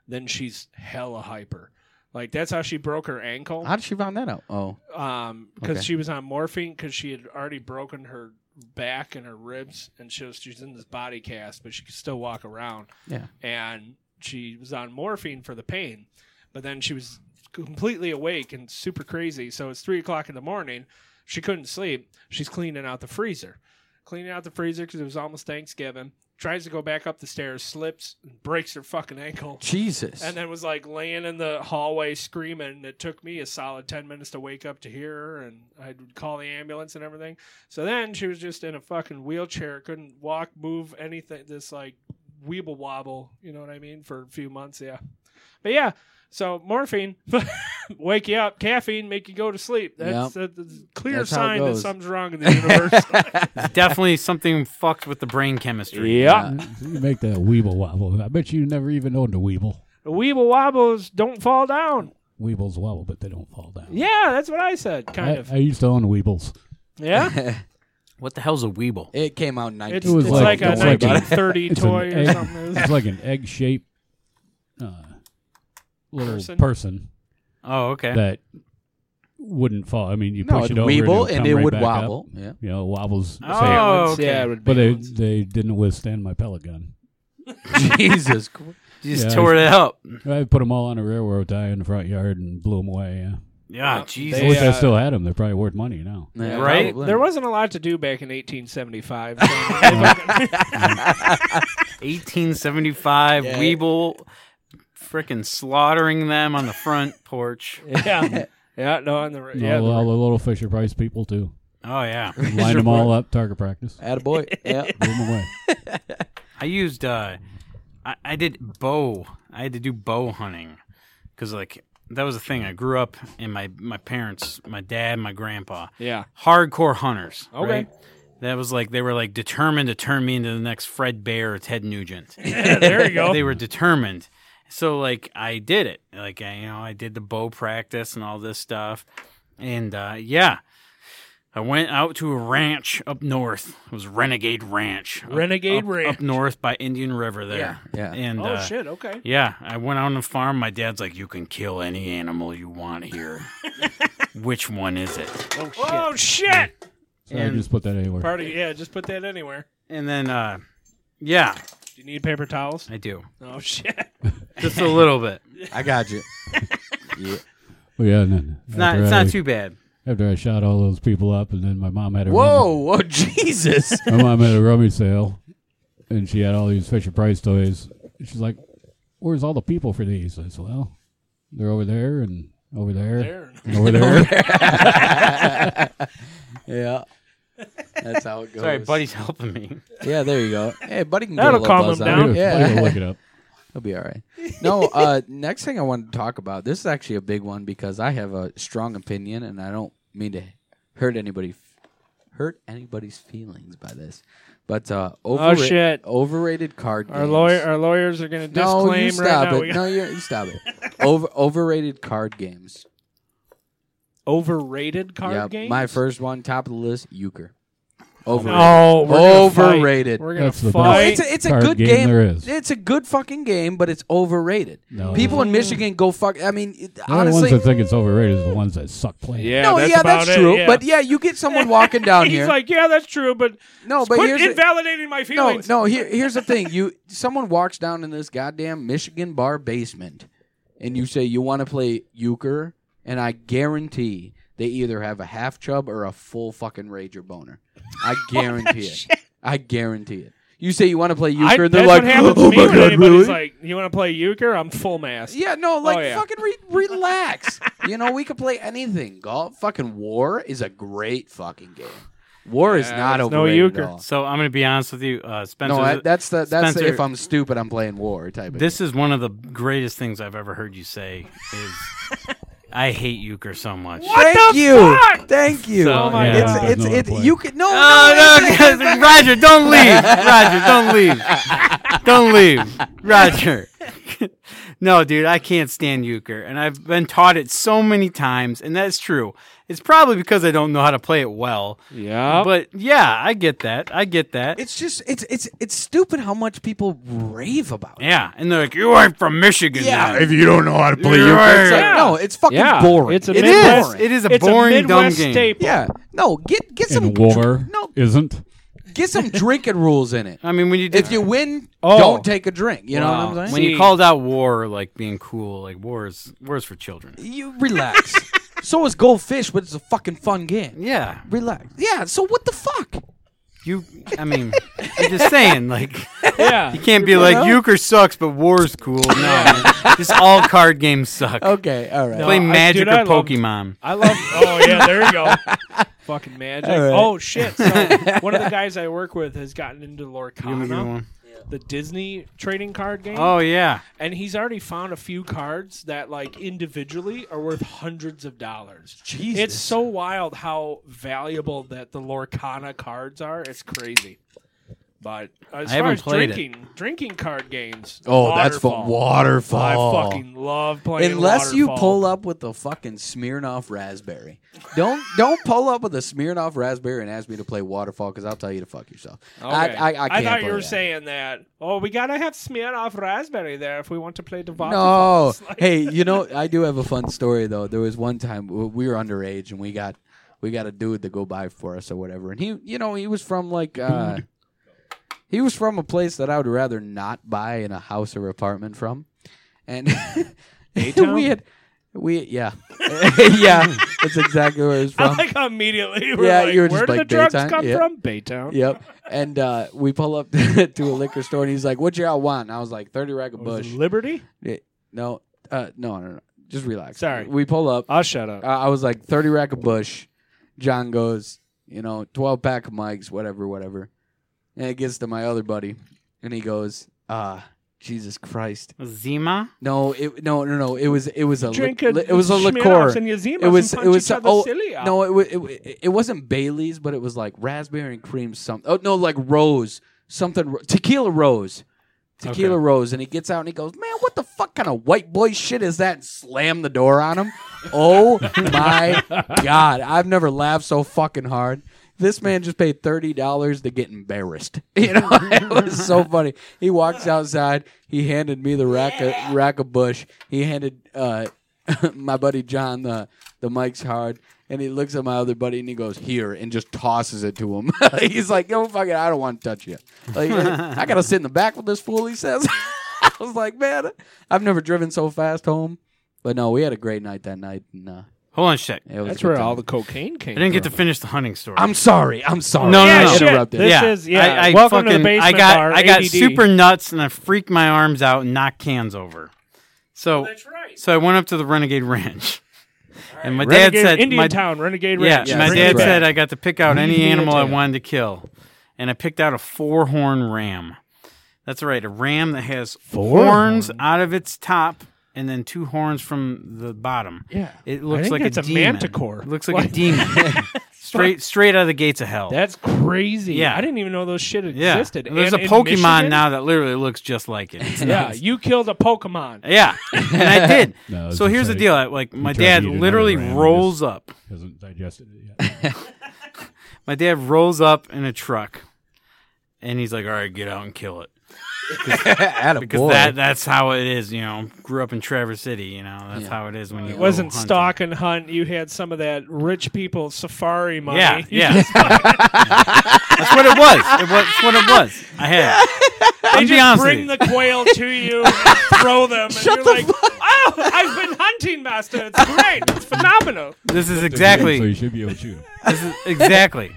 C: then she's hella hyper. Like that's how she broke her ankle.
E: How did she find that out? Oh,
C: um because
E: Okay.
C: she was on morphine because she had already broken her back and her ribs and she was she's in this body cast but she could still walk around
E: Yeah.
C: and she was on morphine for the pain but then she was completely awake and super crazy so it's three o'clock in the morning she couldn't sleep she's cleaning out the freezer cleaning out the freezer because it was almost thanksgiving tries to go back up the stairs slips and breaks her fucking ankle
E: Jesus.
C: and then was like laying in the hallway screaming. and It took me a solid 10 minutes to wake up to hear her, and I'd call the ambulance and everything. So then she was just in a fucking wheelchair, couldn't walk, move, anything. This like weeble wobble, you know what I mean, for a few months. Yeah. But yeah, so morphine, (laughs) wake you up, caffeine, make you go to sleep. That's, that's a clear
E: That's how it
C: sign that
E: goes.
C: something's wrong in the universe.
E: (laughs)
D: It's definitely something fucked with the brain chemistry.
C: yeah.
F: Uh, You make that weeble wobble. I bet you never even owned a weeble.
C: The weeble wobbles don't fall down.
F: Weebles wobble, but they don't fall down.
C: Yeah, that's what I said, kind
F: I,
C: of.
F: I used to own weebles.
C: yeah.
D: What the hell's a weeble?
E: (laughs) it came out in 19.
C: It's,
F: It was
C: it's like,
F: like-
C: a
F: it's like a-
C: 1930
F: it's an
C: toy or
F: egg-
C: something.
F: It's like an egg shaped uh, little
C: Person?
F: person.
D: Oh, okay.
F: that wouldn't fall. I mean, you
E: no,
F: (laughs) push
E: it's
F: it over
E: weeble
F: it'll
E: and
F: come
E: it
F: right
E: would
F: back up.
E: wobble.
F: (laughs)
E: Yeah.
F: You know, it wobbles.
D: Oh. okay.
C: Yeah, it would be
F: but they
C: ones.
F: they didn't withstand my pellet gun.
E: Jesus. Christ.
D: You just
F: Yeah,
D: tore it up.
F: I put them all on a railroad tie in the front yard and blew them away. Yeah,
D: Yeah,
C: Yeah,
D: Jesus.
F: I
C: They,
F: wish
C: uh,
F: I still had them. They're probably worth money now.
E: Yeah,
D: Right?
E: probably.
C: There wasn't a lot to do back in 1875. so-
D: 1875
E: Yeah.
D: Weeble freaking slaughtering them on the front porch.
C: (laughs) yeah, yeah, no, on the ri- yeah,
F: all, all
C: the
F: the little Fisher Price people
D: (laughs)
F: too.
D: Oh yeah.
F: Line them all up, target practice,
D: (laughs)
E: Attaboy. Yeah.
F: blew them away.
D: I used uh I, I did bow. I had to do bow hunting cuz like that was the thing. I grew up and my my parents, my dad, my grandpa,
C: ri- yeah,
D: hardcore hunters.
C: Okay.
D: right? That was like they were like determined to turn me into the next Fred Bear or Ted Nugent.
C: there you go.
D: they were determined. So like I did it. Like I, you know, I did the bow practice and all this stuff. And uh, yeah, I went out to a ranch up north. It was Renegade Ranch. up-
C: Renegade
D: up-
C: Ranch.
D: up north by Indian River there.
E: Yeah, yeah.
D: (laughs) And
C: oh
D: uh,
C: shit, okay.
D: yeah, I went out on the farm. My dad's like, "You can kill any animal you
C: (laughs)
D: want here. Which one is it?"
C: Oh shit. oh shit,
F: So I
D: And-
F: just put that anywhere.
C: party. Yeah, just put that anywhere.
D: And then, uh, yeah,
C: Do you need paper towels?
D: I do
C: Oh shit.
D: just a little
E: (laughs)
D: bit.
E: I got you. yeah.
F: Oh, yeah, and then
D: It's not. It's not too bad.
F: After I shot all those people up, and then my mom had a
D: Oh,
E: Whoa, whoa, Jesus.
D: (laughs)
F: My mom had a rummy sale, and she had all these Fisher Price toys. She's like, where's all the people for these? I said, well, they're over there and over there,
C: There.
F: and (laughs) over there.
E: Yeah. That's how it goes.
D: Sorry, buddy's (laughs) helping me.
E: Yeah, there you go. Hey, buddy can get
C: That'll
E: a little
C: calm
E: buzz
C: him
E: out.
C: down.
F: yeah.
E: Yeah.
F: look it up.
E: It'll be all right. No,
C: (laughs)
E: uh, next thing I wanted to talk about. This is actually a big one because I have a strong opinion, and I don't mean to hurt anybody, hurt anybody's feelings by this. But uh, overra-
C: Oh, shit.
E: overrated card
C: Our
E: games.
C: lawyer, our lawyers are going to
E: no,
C: disclaim
E: you stop
C: right now.
E: it.
C: We-
E: No, you, you stop it.
C: (laughs)
E: Over overrated card games.
C: Overrated card
E: Yep.
C: games. Oh,
E: My first one, top of the list, euchre. Overrated.
C: No, we're gonna fight.
E: Overrated.
C: We're going
F: That's
C: to
F: the
E: No,
C: fight.
E: it's a, it's a
F: Card
E: good game.
F: game there is.
E: It's a good fucking game, but it's overrated.
F: No,
E: People in Michigan go fuck. I mean, it,
F: The only ones
E: honestly,
F: that think it's overrated is the ones that suck playing.
C: yeah,
E: no,
C: that's
E: yeah,
C: about
E: that's
C: it,
E: true.
C: yeah.
E: But yeah, you get someone walking
C: (laughs)
E: down
C: he's
E: here.
C: like, yeah, that's true, but
E: no, Oh, but
C: quit
E: here's the-
C: invalidating my
E: no,
C: feelings.
E: no. Here, here's the thing. You someone walks down in this goddamn Michigan bar basement, and you say you want to play euchre, and I guarantee they either have a half chub or a full fucking rager boner.
C: (laughs)
E: I guarantee it. I guarantee it. You say you want to play euchre,
C: I,
E: and
C: that's
E: they're
C: what
E: like,
C: happens to
E: "Oh
C: me
E: my
C: when
E: God,
C: anybody's
E: really?"
C: like, you want to play euchre? I'm full mass.
E: Yeah, no, like
C: Oh, yeah.
E: fucking re- relax. you know, we could play anything. Golf, fucking war is a great fucking game. War is
C: Yeah,
E: not
C: it's no
E: overrated
C: euchre.
E: at all.
D: So I'm going to be honest with you, uh, Spencer.
E: No, I, that's the that's the,
D: Spencer-
E: if I'm stupid, I'm playing war type of.
D: This is one of the greatest things I've ever heard you say. Is (laughs) I hate euchre so much.
E: game. Thank
C: the
E: you,
C: fuck?
E: thank you.
D: So, Oh my yeah.
E: it's
D: God.
E: it's,
F: There's no
E: it's
F: play.
E: you can
D: Oh
E: no no,
D: no, guys,
E: it's-
D: (laughs) Roger, don't leave. Roger, don't leave. Don't leave. Roger. (laughs) no, dude, I can't stand euchre. And I've been taught it so many times, and that's true. It's probably because I don't know how to play it well.
C: Yeah.
D: But yeah, I get that. I get that.
E: it's just it's it's it's stupid how much people rave about. it.
D: yeah. And they're like, You aren't from Michigan.
E: Yeah,
D: now.
E: if
D: you don't know how to play euchre.
E: It's like
C: Yeah.
E: no, it's fucking
C: Yeah,
E: boring.
C: it's a
E: It is
C: Midwest-
E: boring.
D: it is a
C: it's
D: boring
C: a
D: dumb
C: Midwest
D: game.
C: staple.
E: Yeah, no, get get some
F: And war
E: no
F: isn't.
E: get some drinking rules in it.
D: I mean when you did
E: If you win,
C: Oh.
E: don't take a drink. You know what I'm
D: Wow.
E: saying?
D: When
C: See.
D: you called out war like being cool, like war is war is for children.
E: You (laughs) relax. so is goldfish, but it's a fucking fun game.
D: Yeah.
E: Relax. Yeah. So what the fuck?
D: You I mean I'm just saying, like
C: Yeah.
D: You can't be like euchre sucks, but war's cool.
C: (laughs)
D: No, just all card games suck.
E: Okay. All right.
C: No,
D: Play
C: Oh, I-
D: Magic
C: dude, I
D: or
C: loved-
D: Pokemon.
C: I love. Oh yeah, there you
E: (laughs)
C: go. Fucking magic.
E: All right.
C: Oh shit. So one
E: (laughs)
C: of the guys I work with has gotten into Lorcana,
D: one.
C: the Disney trading card game,
D: Oh yeah,
C: and he's already found a few cards that, like individually, are worth hundreds of dollars.
E: Jesus.
C: It's so wild how valuable that the Lorcana cards are. It's crazy. But as far
D: I haven't
C: as
D: played it.
C: drinking, drinking card games.
E: Oh, that's fun. Waterfall.
C: I fucking love playing.
E: Unless you
C: Waterfall.
E: pull up with the fucking Smirnoff Raspberry, don't don't pull up with a Smirnoff Raspberry and ask me to play Waterfall because I'll tell you to fuck yourself. I,
C: Okay.
E: I, I, can't
C: thought
E: play
C: you were
E: that.
C: saying that. Oh, we gotta have Smirnoff Raspberry there if we want to play the (laughs) vodka.
E: No.
C: It's like-
E: hey, you know, I do have a fun story though. There was one time w- we were underage and we got we got a dude to go buy for us or whatever. And he, you know, he was from like uh he was from a place that I would rather not buy in a house or apartment from. And (laughs) we had we yeah. (laughs) yeah, that's exactly where he was
C: (laughs) I
E: from.
C: like how immediately you were
E: Yeah,
C: like,
E: you were
C: where
E: just
C: do the
E: like,
C: drugs
E: Baytown?
C: come
E: Yeah.
C: from? Baytown.
E: (laughs) Yep. And uh, we pull up (laughs) to a liquor store and he's like, What y'all want? And I was like, 30 rack of
C: Was
E: bush.
C: Oh, it Liberty?
E: Yeah, no, uh, no, no, no. Just relax.
C: Sorry.
E: We pull up.
C: I'll Ah, shut up.
E: I I was like thirty rack of Bush. John goes, you know, twelve pack of mics, whatever, whatever. And it gets to my other buddy, and he goes, ah, Jesus Christ.
D: Zima.
E: No, it no no no. It was it was a
C: Drink
E: li-
C: a
E: li- it was a
C: Smirnoff's
E: liqueur.
C: and your Zimas
E: it was
C: and
E: it
C: punch
E: was
C: each other
E: oh
C: silly out.
E: no it, wa- it wa- it wasn't Bailey's but it was like raspberry and cream something oh no like rose something ro- tequila rose tequila
D: Okay.
E: rose and he gets out and he goes man what the fuck kind of white boy shit is that and slam the door on him oh my god I've never laughed so fucking hard. This man just paid thirty dollars to get embarrassed. (laughs) You know, it was so funny. He walks outside. He handed me the rack of rack of bush. He handed uh, (laughs) my buddy John the the Mike's hard, and he looks at my other buddy and he goes here and just tosses it to him. (laughs) He's like, "Yo, fucking, I don't want to touch you. Like, I gotta sit in the back with this fool." He says. (laughs) I was like, "Man, I've never driven so fast home." But no, we had a great night that night, and uh,
D: Hold on, a sec.
E: It was a
C: That's
E: good
C: where
E: time.
C: all the cocaine came.
D: I didn't get to
C: from.
D: finish the hunting story.
E: I'm sorry. I'm sorry.
D: No, no,
E: I
D: no.
C: shit.
E: interrupted.
C: This is yeah.
D: I, I
C: Welcome
D: fucking,
C: to the basement
D: I got
C: bar.
D: I got
C: ADD.
D: super nuts and I freaked my arms out and knocked cans over. So
C: right.
D: so I went up to the Renegade Ranch, and my
C: Renegade,
D: dad said
C: Indian
D: my
C: Town, Renegade
D: yeah,
C: Ranch.
E: Yes.
D: my
C: Bring
D: dad
C: it back.
D: said I got to pick out any
C: Indian
D: animal I
C: Town.
D: wanted to kill, and I picked out a four horn ram. That's right, a ram that has
C: Four
D: horns
C: horn?
D: out of its top and then two horns from the bottom.
C: Yeah.
D: It looks
C: I think
D: like
C: that's
D: a,
C: a
D: demon.
C: manticore.
D: It looks like a
C: Like- (laughs)
D: demon. (laughs) straight straight out of the gates of hell.
C: That's crazy.
D: Yeah.
C: I didn't even know those shit
D: yeah.
C: existed.
D: There's
C: And
D: a
C: in
D: Pokemon
C: Michigan?
D: now that literally looks just like it. (laughs) It's
C: Yeah,
D: nuts.
C: you killed a Pokemon.
D: Yeah. And I did.
F: (laughs) No, it's
D: so here's the
F: insane.
D: deal. I- Like my
F: tried to
D: dad
F: eat another
D: literally
F: ram and
D: rolls up.
F: Hasn't digested it yet.
D: My dad rolls up in a truck and he's like, All right, get out and kill it.
E: Atta
D: Because
E: boy.
D: that that's how it is, you know. Grew up in Traverse City, you know, that's
E: Yeah.
D: how it is when you
C: It wasn't
D: go hunting.
C: stalk and hunt. You had some of that rich people safari money. (laughs)
D: Yeah,
C: You
D: yeah. That's what it was. It was that's what it was. I had.
C: They
D: I'm be
C: just
D: honest with
C: bring
D: you.
C: the quail
D: (laughs)
C: to you, throw them, and you're like, "Oh, I've been hunting, master. It's great. It's
D: (laughs)
C: phenomenal."
D: This
C: (laughs)
D: is
F: So
D: exactly.
F: you should be able
E: (laughs)
F: to shoot 'em.
D: This is exactly.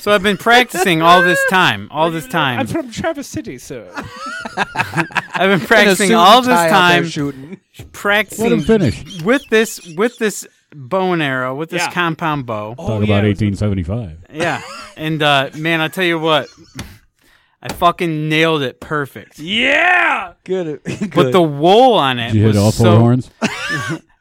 D: So I've been practicing all this time. All this
C: I'm
D: time.
C: from Travis City, sir. (laughs)
D: I've been
E: In a suit
D: practicing
E: and
D: all this
E: tie out there
D: time.
E: shooting.
F: Let him
D: Practicing
F: finish.
D: with this with this bow and arrow with this
C: Yeah.
D: compound bow.
E: Oh,
C: Oh,
F: Talk about 1875.
D: Yeah. And uh, man, I tell you what, I fucking nailed it perfect.
C: Yeah,
E: (laughs) Good.
D: But the wool on it
F: Did you
D: was
F: hit all four
D: so (laughs)
F: horns?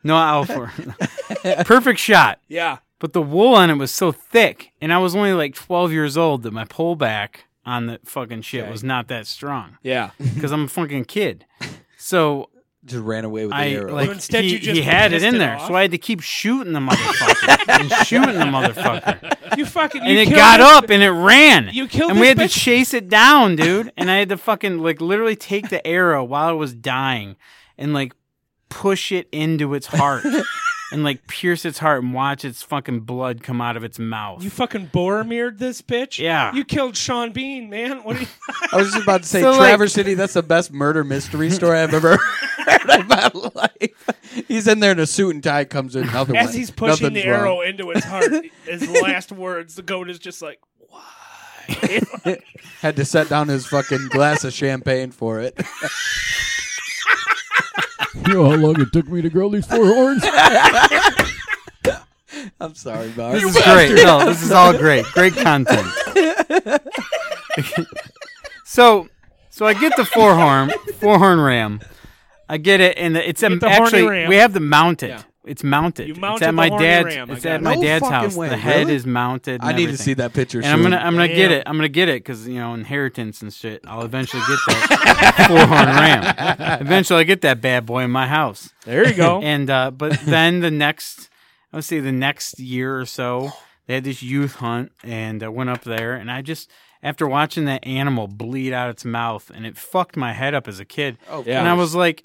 D: no all four. (laughs) perfect shot.
C: yeah.
D: But the wool on it was so thick, and I was only like 12 years old that my pullback on the fucking shit
C: Okay.
D: was not that strong
C: Yeah.
D: because I'm a fucking kid. So
E: just ran away with the
D: I
E: arrow.
D: like
C: So instead
D: he,
C: you just
D: he had it
C: pissed
D: in
C: it
D: there,
C: off?
D: so I had to keep shooting the motherfucker and
C: (laughs)
D: shooting the motherfucker,
C: You fucking. You
D: and it
C: killed
D: got
C: this-
D: up and it ran.
C: You killed
D: and we
C: this
D: had to
C: bitch?
D: chase it down, dude. And I had to fucking like literally take the arrow while it was dying, and like push it into
C: (laughs)
D: its heart. And like pierce its heart and watch its fucking blood come out of its mouth.
C: You fucking Boromired this bitch.
D: Yeah.
C: You killed Sean Bean, man. (laughs) What are you?
E: I was just about to say,
D: So, like-
E: Traverse City, that's the best murder mystery story I've ever (laughs) heard in my life. He's in there in a suit and tie, comes in nothing.
C: As
E: went-
C: he's pushing
E: nothing's
C: the
E: wrong.
C: arrow into his (laughs) heart, his last words, the goat is just like, "Why?"
E: (laughs) Had to set down his fucking glass of champagne for it. (laughs)
F: You know how long it took me to grow these
D: (laughs)
F: four horns?
E: I'm sorry, Mark.
D: This is great. No, this is all great. Great content. (laughs) so, so I get the four horn, four horn ram. I get it, and it's a,
C: Get the horny
D: actually
C: ram.
D: we have the mounted.
C: Yeah.
D: It's mounted.
C: You
D: it's
C: mounted
D: at
C: the
D: my
C: horny
D: dad's.
C: ram, I
D: It's
C: got
D: at
C: it.
D: my
E: No
D: dad's
E: fucking
D: house.
E: way,
D: the head
E: really?
D: is mounted. and
E: I need to
D: everything.
E: see that picture.
D: And I'm gonna,
E: soon.
D: I'm gonna get
C: Damn.
D: it. I'm gonna get it because you know inheritance and shit. I'll eventually get that (laughs) four horn
E: (laughs)
D: ram. Eventually, I get that bad boy in my house.
C: there (laughs) you go.
D: And uh, but (laughs) then the next, I would say the next year or so, they had this youth hunt, and I went up there, and I just after watching that animal bleed out its mouth, and it fucked my head up as a kid.
E: Oh,
C: Yeah.
D: And I was like,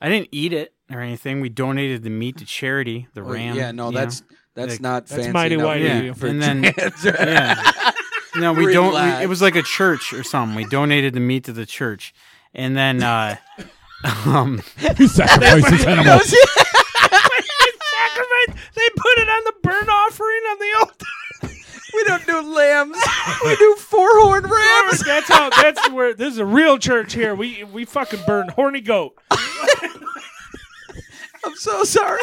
D: I didn't eat it or anything. We donated the meat to charity, the
E: Oh,
D: ram.
E: Yeah, no,
D: you
E: that's
D: know?
E: that's
D: Like-
E: not
C: That's
E: fancy.
C: mighty
E: enough
C: white
E: for
D: yeah.
C: you.
E: for
D: and
E: (laughs)
D: then (laughs)
E: trans- (laughs)
D: yeah. No, we don't.
E: Relax.
D: We, it was like a church or something. We donated the meat to the church, and then uh, (laughs) um,
F: He sacrificed his animal.
C: sacrifice. They put it on the burnt offering on the altar.
E: we don't do lambs. we do four horn rams.
C: (laughs) That's how. That's where. This is a real church here. We we fucking burn horny goat. (laughs)
E: I'm
C: (laughs)
E: so sorry.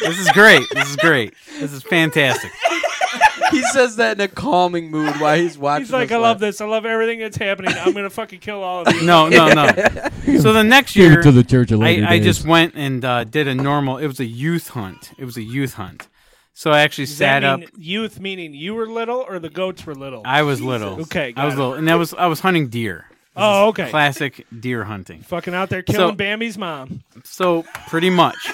D: this is great. This is great. This is fantastic.
E: he says that in a calming mood while he's watching.
C: He's like,
E: us
C: I love
E: laugh.
C: this. I love everything that's happening. I'm gonna fucking kill all of you.
D: No, no, no. So the next
F: Give
D: year,
F: it to the church of
D: I,
F: later
D: I
F: days.
D: just went and uh, did a normal. It was a youth hunt. It was a youth hunt. So I actually
C: (laughs) Does
D: sat
C: that
D: up.
C: mean Youth meaning you were little or the goats were little.
D: I was little.
C: Okay, got
D: I was
C: it.
D: little, and that was I was hunting deer.
C: oh, okay.
D: Classic deer hunting.
C: Fucking out there killing
D: So-
C: Bambi's mom.
D: So
C: (laughs)
D: pretty much.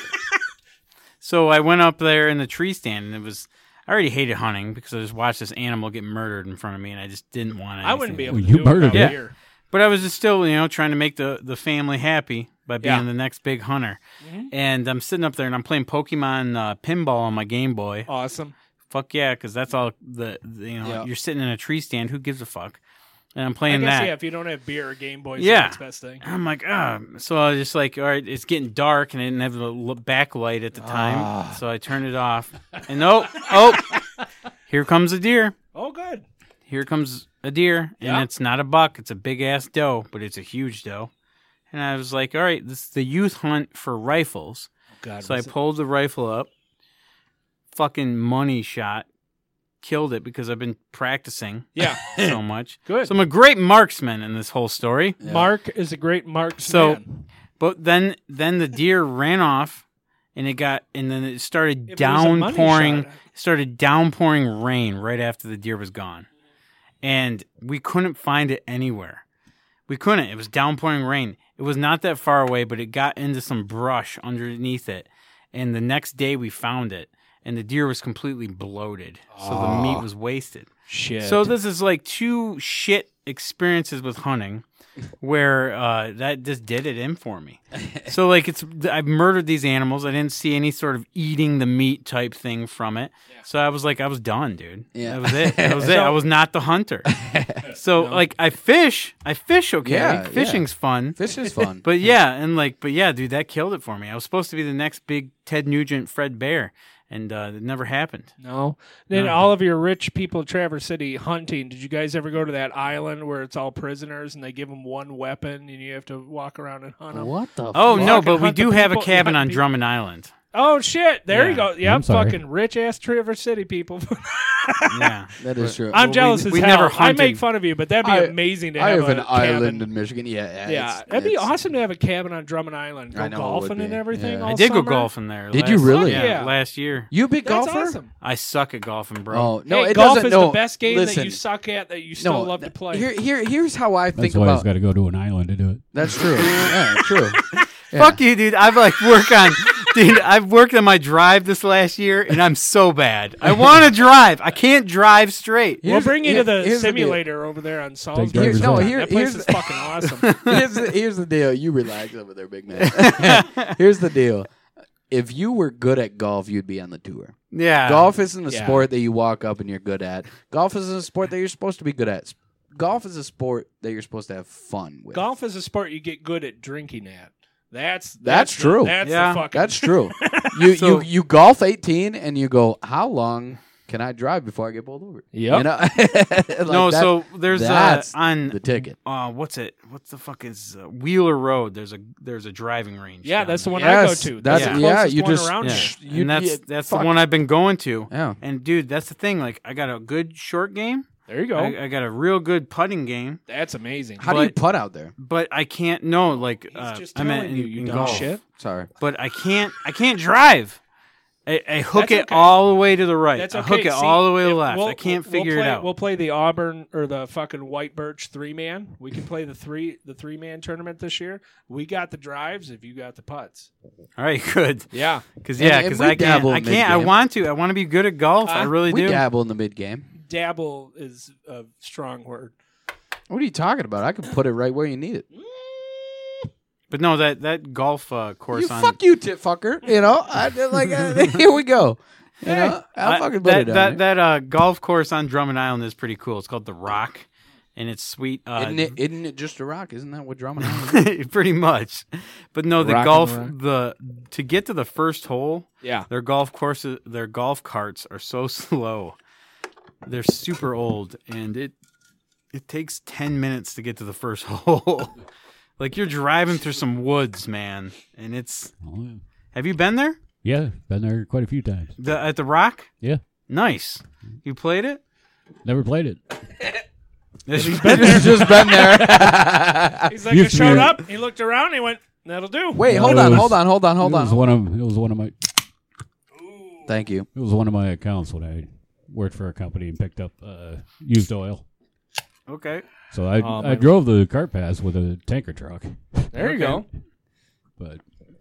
D: so I went up there in the tree stand, and it was. I already hated hunting because I just watched this animal get murdered in front of me, and I just didn't want to.
C: I wouldn't be able to
F: Well, you
C: do
F: murdered
C: it. without
D: him.
C: beer.
D: But I was just still, you know, trying to make the, the family happy by being
C: Yeah. Mm-hmm.
D: the next big hunter. And I'm sitting up there and I'm playing Pokemon uh, pinball on my Game Boy.
C: Awesome.
D: Fuck yeah, because that's all the, the- you know
E: Yeah.
D: you're sitting in a tree stand. Who gives a fuck? and I'm
C: I
D: playing
C: guess
D: that.
C: yeah, if you don't have beer, Game Boy is the
D: Yeah.
C: next best thing.
D: I'm like, ah. So I was just like, all right, it's getting dark, and I didn't have the l- backlight at the time,
C: Ah.
D: so I turned it off. And oh,
C: (laughs)
D: oh, here comes a deer.
C: Oh, good.
D: Here comes a deer, and
C: Yeah.
D: it's not a buck; it's a big ass doe, but it's a huge doe. And I was like, all right, this is the youth hunt for rifles.
C: God,
D: So I
C: was it-
D: pulled the rifle up, fucking money shot, killed it because I've been practicing
C: yeah,
D: (laughs) so much.
C: Good.
D: So I'm a great marksman in this whole story.
C: Mark is a great Mark.
D: So- But then then the deer ran off and it got and then it started
C: If it was a money
D: downpouring
C: shot.
D: started downpouring rain right after the deer was gone. And we couldn't find it anywhere. We couldn't. It was downpouring rain. It was not that far away, but it got into some brush underneath it. And the next day we found it and the deer was completely bloated. So
E: Ah.
D: the meat was wasted.
C: shit.
D: So this is like two shit experiences with hunting, where uh, that just did it in for
E: (laughs)
D: me. so like it's I've murdered these animals. I didn't see any sort of eating the meat type thing from it. So I was like, I was done, dude.
E: Yeah.
D: That was it. That
E: (laughs)
D: was it. I was not the hunter. So like I fish, I fish. Okay,
E: Yeah, yeah.
D: fishing's fun.
E: Fish is fun.
D: But yeah, and like, but yeah, dude, that killed it for me. I was supposed to be the next big Ted Nugent, Fred Bear, and uh, it never happened.
C: no. Then all of your rich people, in Traverse City hunting. Did you guys ever go to that island where it's all prisoners and they give them one weapon and you have to walk around and hunt them?
E: what the?
D: Oh
C: Well, I
D: no,
C: can
D: but we
C: hunt the
D: do have a
C: people-
D: cabin
C: hunt
D: on
C: people.
D: Drummond
C: (laughs)
D: Island.
C: Oh shit! There you
D: Yeah.
C: go. Yeah,
F: I'm
C: I'm
F: sorry.
C: fucking rich ass Traverse City people. (laughs)
D: Yeah.
E: that is true.
C: I'm
D: we-
C: jealous as
D: we
C: hell.
D: never
C: I
D: hunted.
C: make fun of you, but that'd be
E: I-
C: amazing to
E: I
C: have,
E: have an
C: a cabin.
E: island in Michigan. Yeah, yeah,
C: Yeah,
E: it's-
C: that'd be
E: it's-
C: awesome to have a cabin on Drummond Island. Go
E: I know it would
C: golfing
E: be.
C: and everything.
E: Yeah.
C: all
D: I did
C: summer.
D: go golfing there.
E: Did
D: last-
E: you really?
D: Yeah,
C: Yeah.
D: last year.
E: You a big
C: That's
E: golfer?
C: awesome.
D: I suck at golfing, bro.
E: Oh no,
C: hey,
E: it
C: golf
E: doesn't.
C: is
E: no,
C: the best game
E: listen,
C: that you suck at that you still love to
E: th-
C: play.
E: Here, here, here's how I think
F: That's why he's
E: about.
F: got to go to an island to do it.
E: That's true. yeah, true.
F: (laughs)
E: (laughs)
D: Fuck you, dude. I've like work on, (laughs) dude. I've worked on my drive this last year, and I'm so bad. I want to drive. I can't drive straight.
C: we'll
E: here's-
C: bring you
E: here-
C: to the
E: here's the deal.
C: simulator over there on
F: Here-
C: Salisbury.
F: no,
E: here-
C: that place
E: here's
C: is
E: the-
C: fucking awesome.
E: (laughs) here's, the, here's the deal. You relax over there, big man. (laughs) here's the deal. If you were good at golf, you'd be on the tour.
D: Yeah.
E: golf isn't a
C: Uh, yeah.
E: sport that you walk up and you're good at. Golf isn't a sport that you're supposed to be good at. Golf is a sport that you're supposed to have fun with.
C: Golf is a sport you get good at drinking at. That's
E: That's
C: the-
E: true.
C: that's
D: Yeah.
C: the fucking.
E: That's
D: (laughs)
E: true. you
D: So-
E: you you golf 18 and you go, how long can I drive before I get pulled over?
C: Yep.
E: You know? (laughs) Like
D: no,
E: that-
D: so there's uh,
E: that's
D: on
E: the ticket.
D: uh, what's it? What's the fuck is uh, Wheeler Road? There's a there's a driving range.
C: yeah,
D: down
C: that's the
D: there.
C: one
E: Yes,
C: I go to. That's
E: that's-
C: the
E: yeah,
C: closest
E: you
C: one
E: just-
C: around
D: Yeah.
C: here.
E: You-
D: and that's
E: yeah,
D: that's
E: fuck.
D: the one I've been going to.
E: Yeah.
D: And dude, that's the thing. Like, I got a good short game.
C: There you go.
D: I, I got a real good putting game.
C: that's amazing.
E: How do you
D: but-
E: putt out there?
D: but I can't. No, like
C: He's
D: uh,
C: just
D: I meant
C: telling
D: in,
C: you, you
D: in
C: dumb
D: golf.
C: shit.
E: Sorry.
D: But I can't. I can't drive. I, I hook
C: That's
D: it
C: okay.
D: all the way to the right.
C: That's
D: I
C: okay.
D: hook it
C: See,
D: all the way to the
C: if-
D: left.
C: we'll-
D: I can't
C: we'll
D: figure
C: play-
D: it out.
C: We'll play the Auburn or the fucking White Birch three man. We can play the three the three man tournament this year. We got the drives if you got the putts.
D: all right, (laughs) good.
C: Yeah,
D: Because
E: And-
D: yeah,
E: and
D: because
E: we
D: I can't.
E: dabble
D: I can't. I
E: mid-game.
D: want to. I want to be good at golf. I
C: Huh?
D: really
E: We
D: do.
E: dabble in the mid game.
C: dabble is a strong word.
E: What are you talking about? I can put it right where you need it.
D: But no, that that golf uh, course
E: You
D: on.
E: fuck you, tit fucker. You know, I did like uh, (laughs) here we go. You know, I'll
D: I-
E: fucking put
D: that
E: it on
D: that
E: it.
D: that uh, golf course on Drummond Island is pretty cool. It's called the Rock, and it's sweet. Uh,
E: Isn't it, isn't it just a rock? Isn't that what Drummond
D: (laughs)
E: Island is?
D: pretty much. But no, the
C: Rock and
D: golf
C: rock.
D: the to get to the first hole,
E: (laughs)
C: Yeah,
D: their golf courses their golf carts are so (laughs) slow. They're super old and it it takes 10 minutes to get to the first (laughs) hole. like you're driving through some woods, man, and it's
F: Oh,
D: Have you been there?
F: yeah, been there quite a few times.
D: The, at the Rock?
F: Yeah,
D: Nice. You played it?
F: never played it.
D: (laughs)
E: He's just been there. (laughs)
C: he's like,
F: You
C: I showed
F: feel-
C: up. He looked around. He went, "That'll do."
E: Uh, Wait, hold
F: It
E: on,
F: was-
E: hold on, hold on, hold
F: it was
E: on.
F: one of it was one of my
E: Thank you.
F: it was one of my accounts when I worked for a company and picked up uh, used oil.
D: okay.
F: So I
C: Oh,
F: I
C: man.
F: drove the cart pass with a tanker truck,
C: there you go.
F: but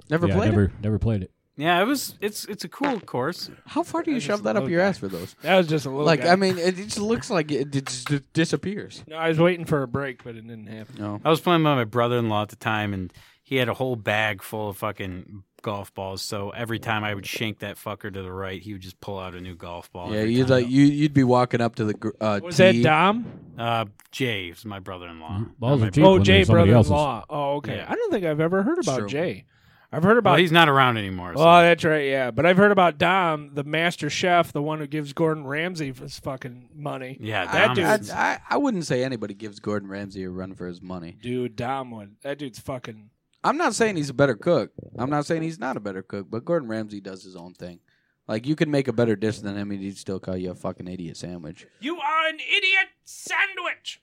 E: Never
F: yeah,
E: played
F: never
E: it.
F: never played it.
D: Yeah, it was it's it's a cool course.
E: How far do you shove that
C: love
E: up your
C: that.
E: ass for those?
C: That was just a little.
E: Like,
C: guy.
E: I mean, it just looks like it d- just disappears.
C: no, I was waiting for a break, but it didn't happen.
E: No.
D: I was playing with my brother in law at the time, and he had a whole bag full of fucking golf balls, so every time I would shank that fucker to the right, he would just pull out a new golf ball.
E: Yeah,
D: every
E: you'd
D: time.
E: like you you'd be walking up to the gr- uh,
C: Was that
E: tee.
C: Dom?
D: uh, Jay is my brother-in-law.
F: Balls
D: Not
F: are
D: my
F: cheap
C: oh,
F: when
C: Jay,
F: they're somebody else's.
C: brother-in-law. Oh, okay.
D: Yeah.
C: I don't think I've ever heard about
E: Sure.
C: Jay. I've heard about.
D: Well, he's not around anymore. So.
C: oh, that's right. Yeah, but I've heard about Dom, the master chef, the one who gives Gordon Ramsay his fucking money.
D: yeah,
C: that
D: Dom
C: dude's-
D: is,
E: I'd- I, I wouldn't say anybody gives Gordon Ramsay a run for his money.
C: Dude, Dom would. That dude's fucking.
E: I'm not saying he's a better cook. I'm not saying he's not a better cook, but Gordon Ramsay does his own thing. Like you can make a better dish than him, and he'd still call you a fucking idiot sandwich.
C: You are an idiot sandwich.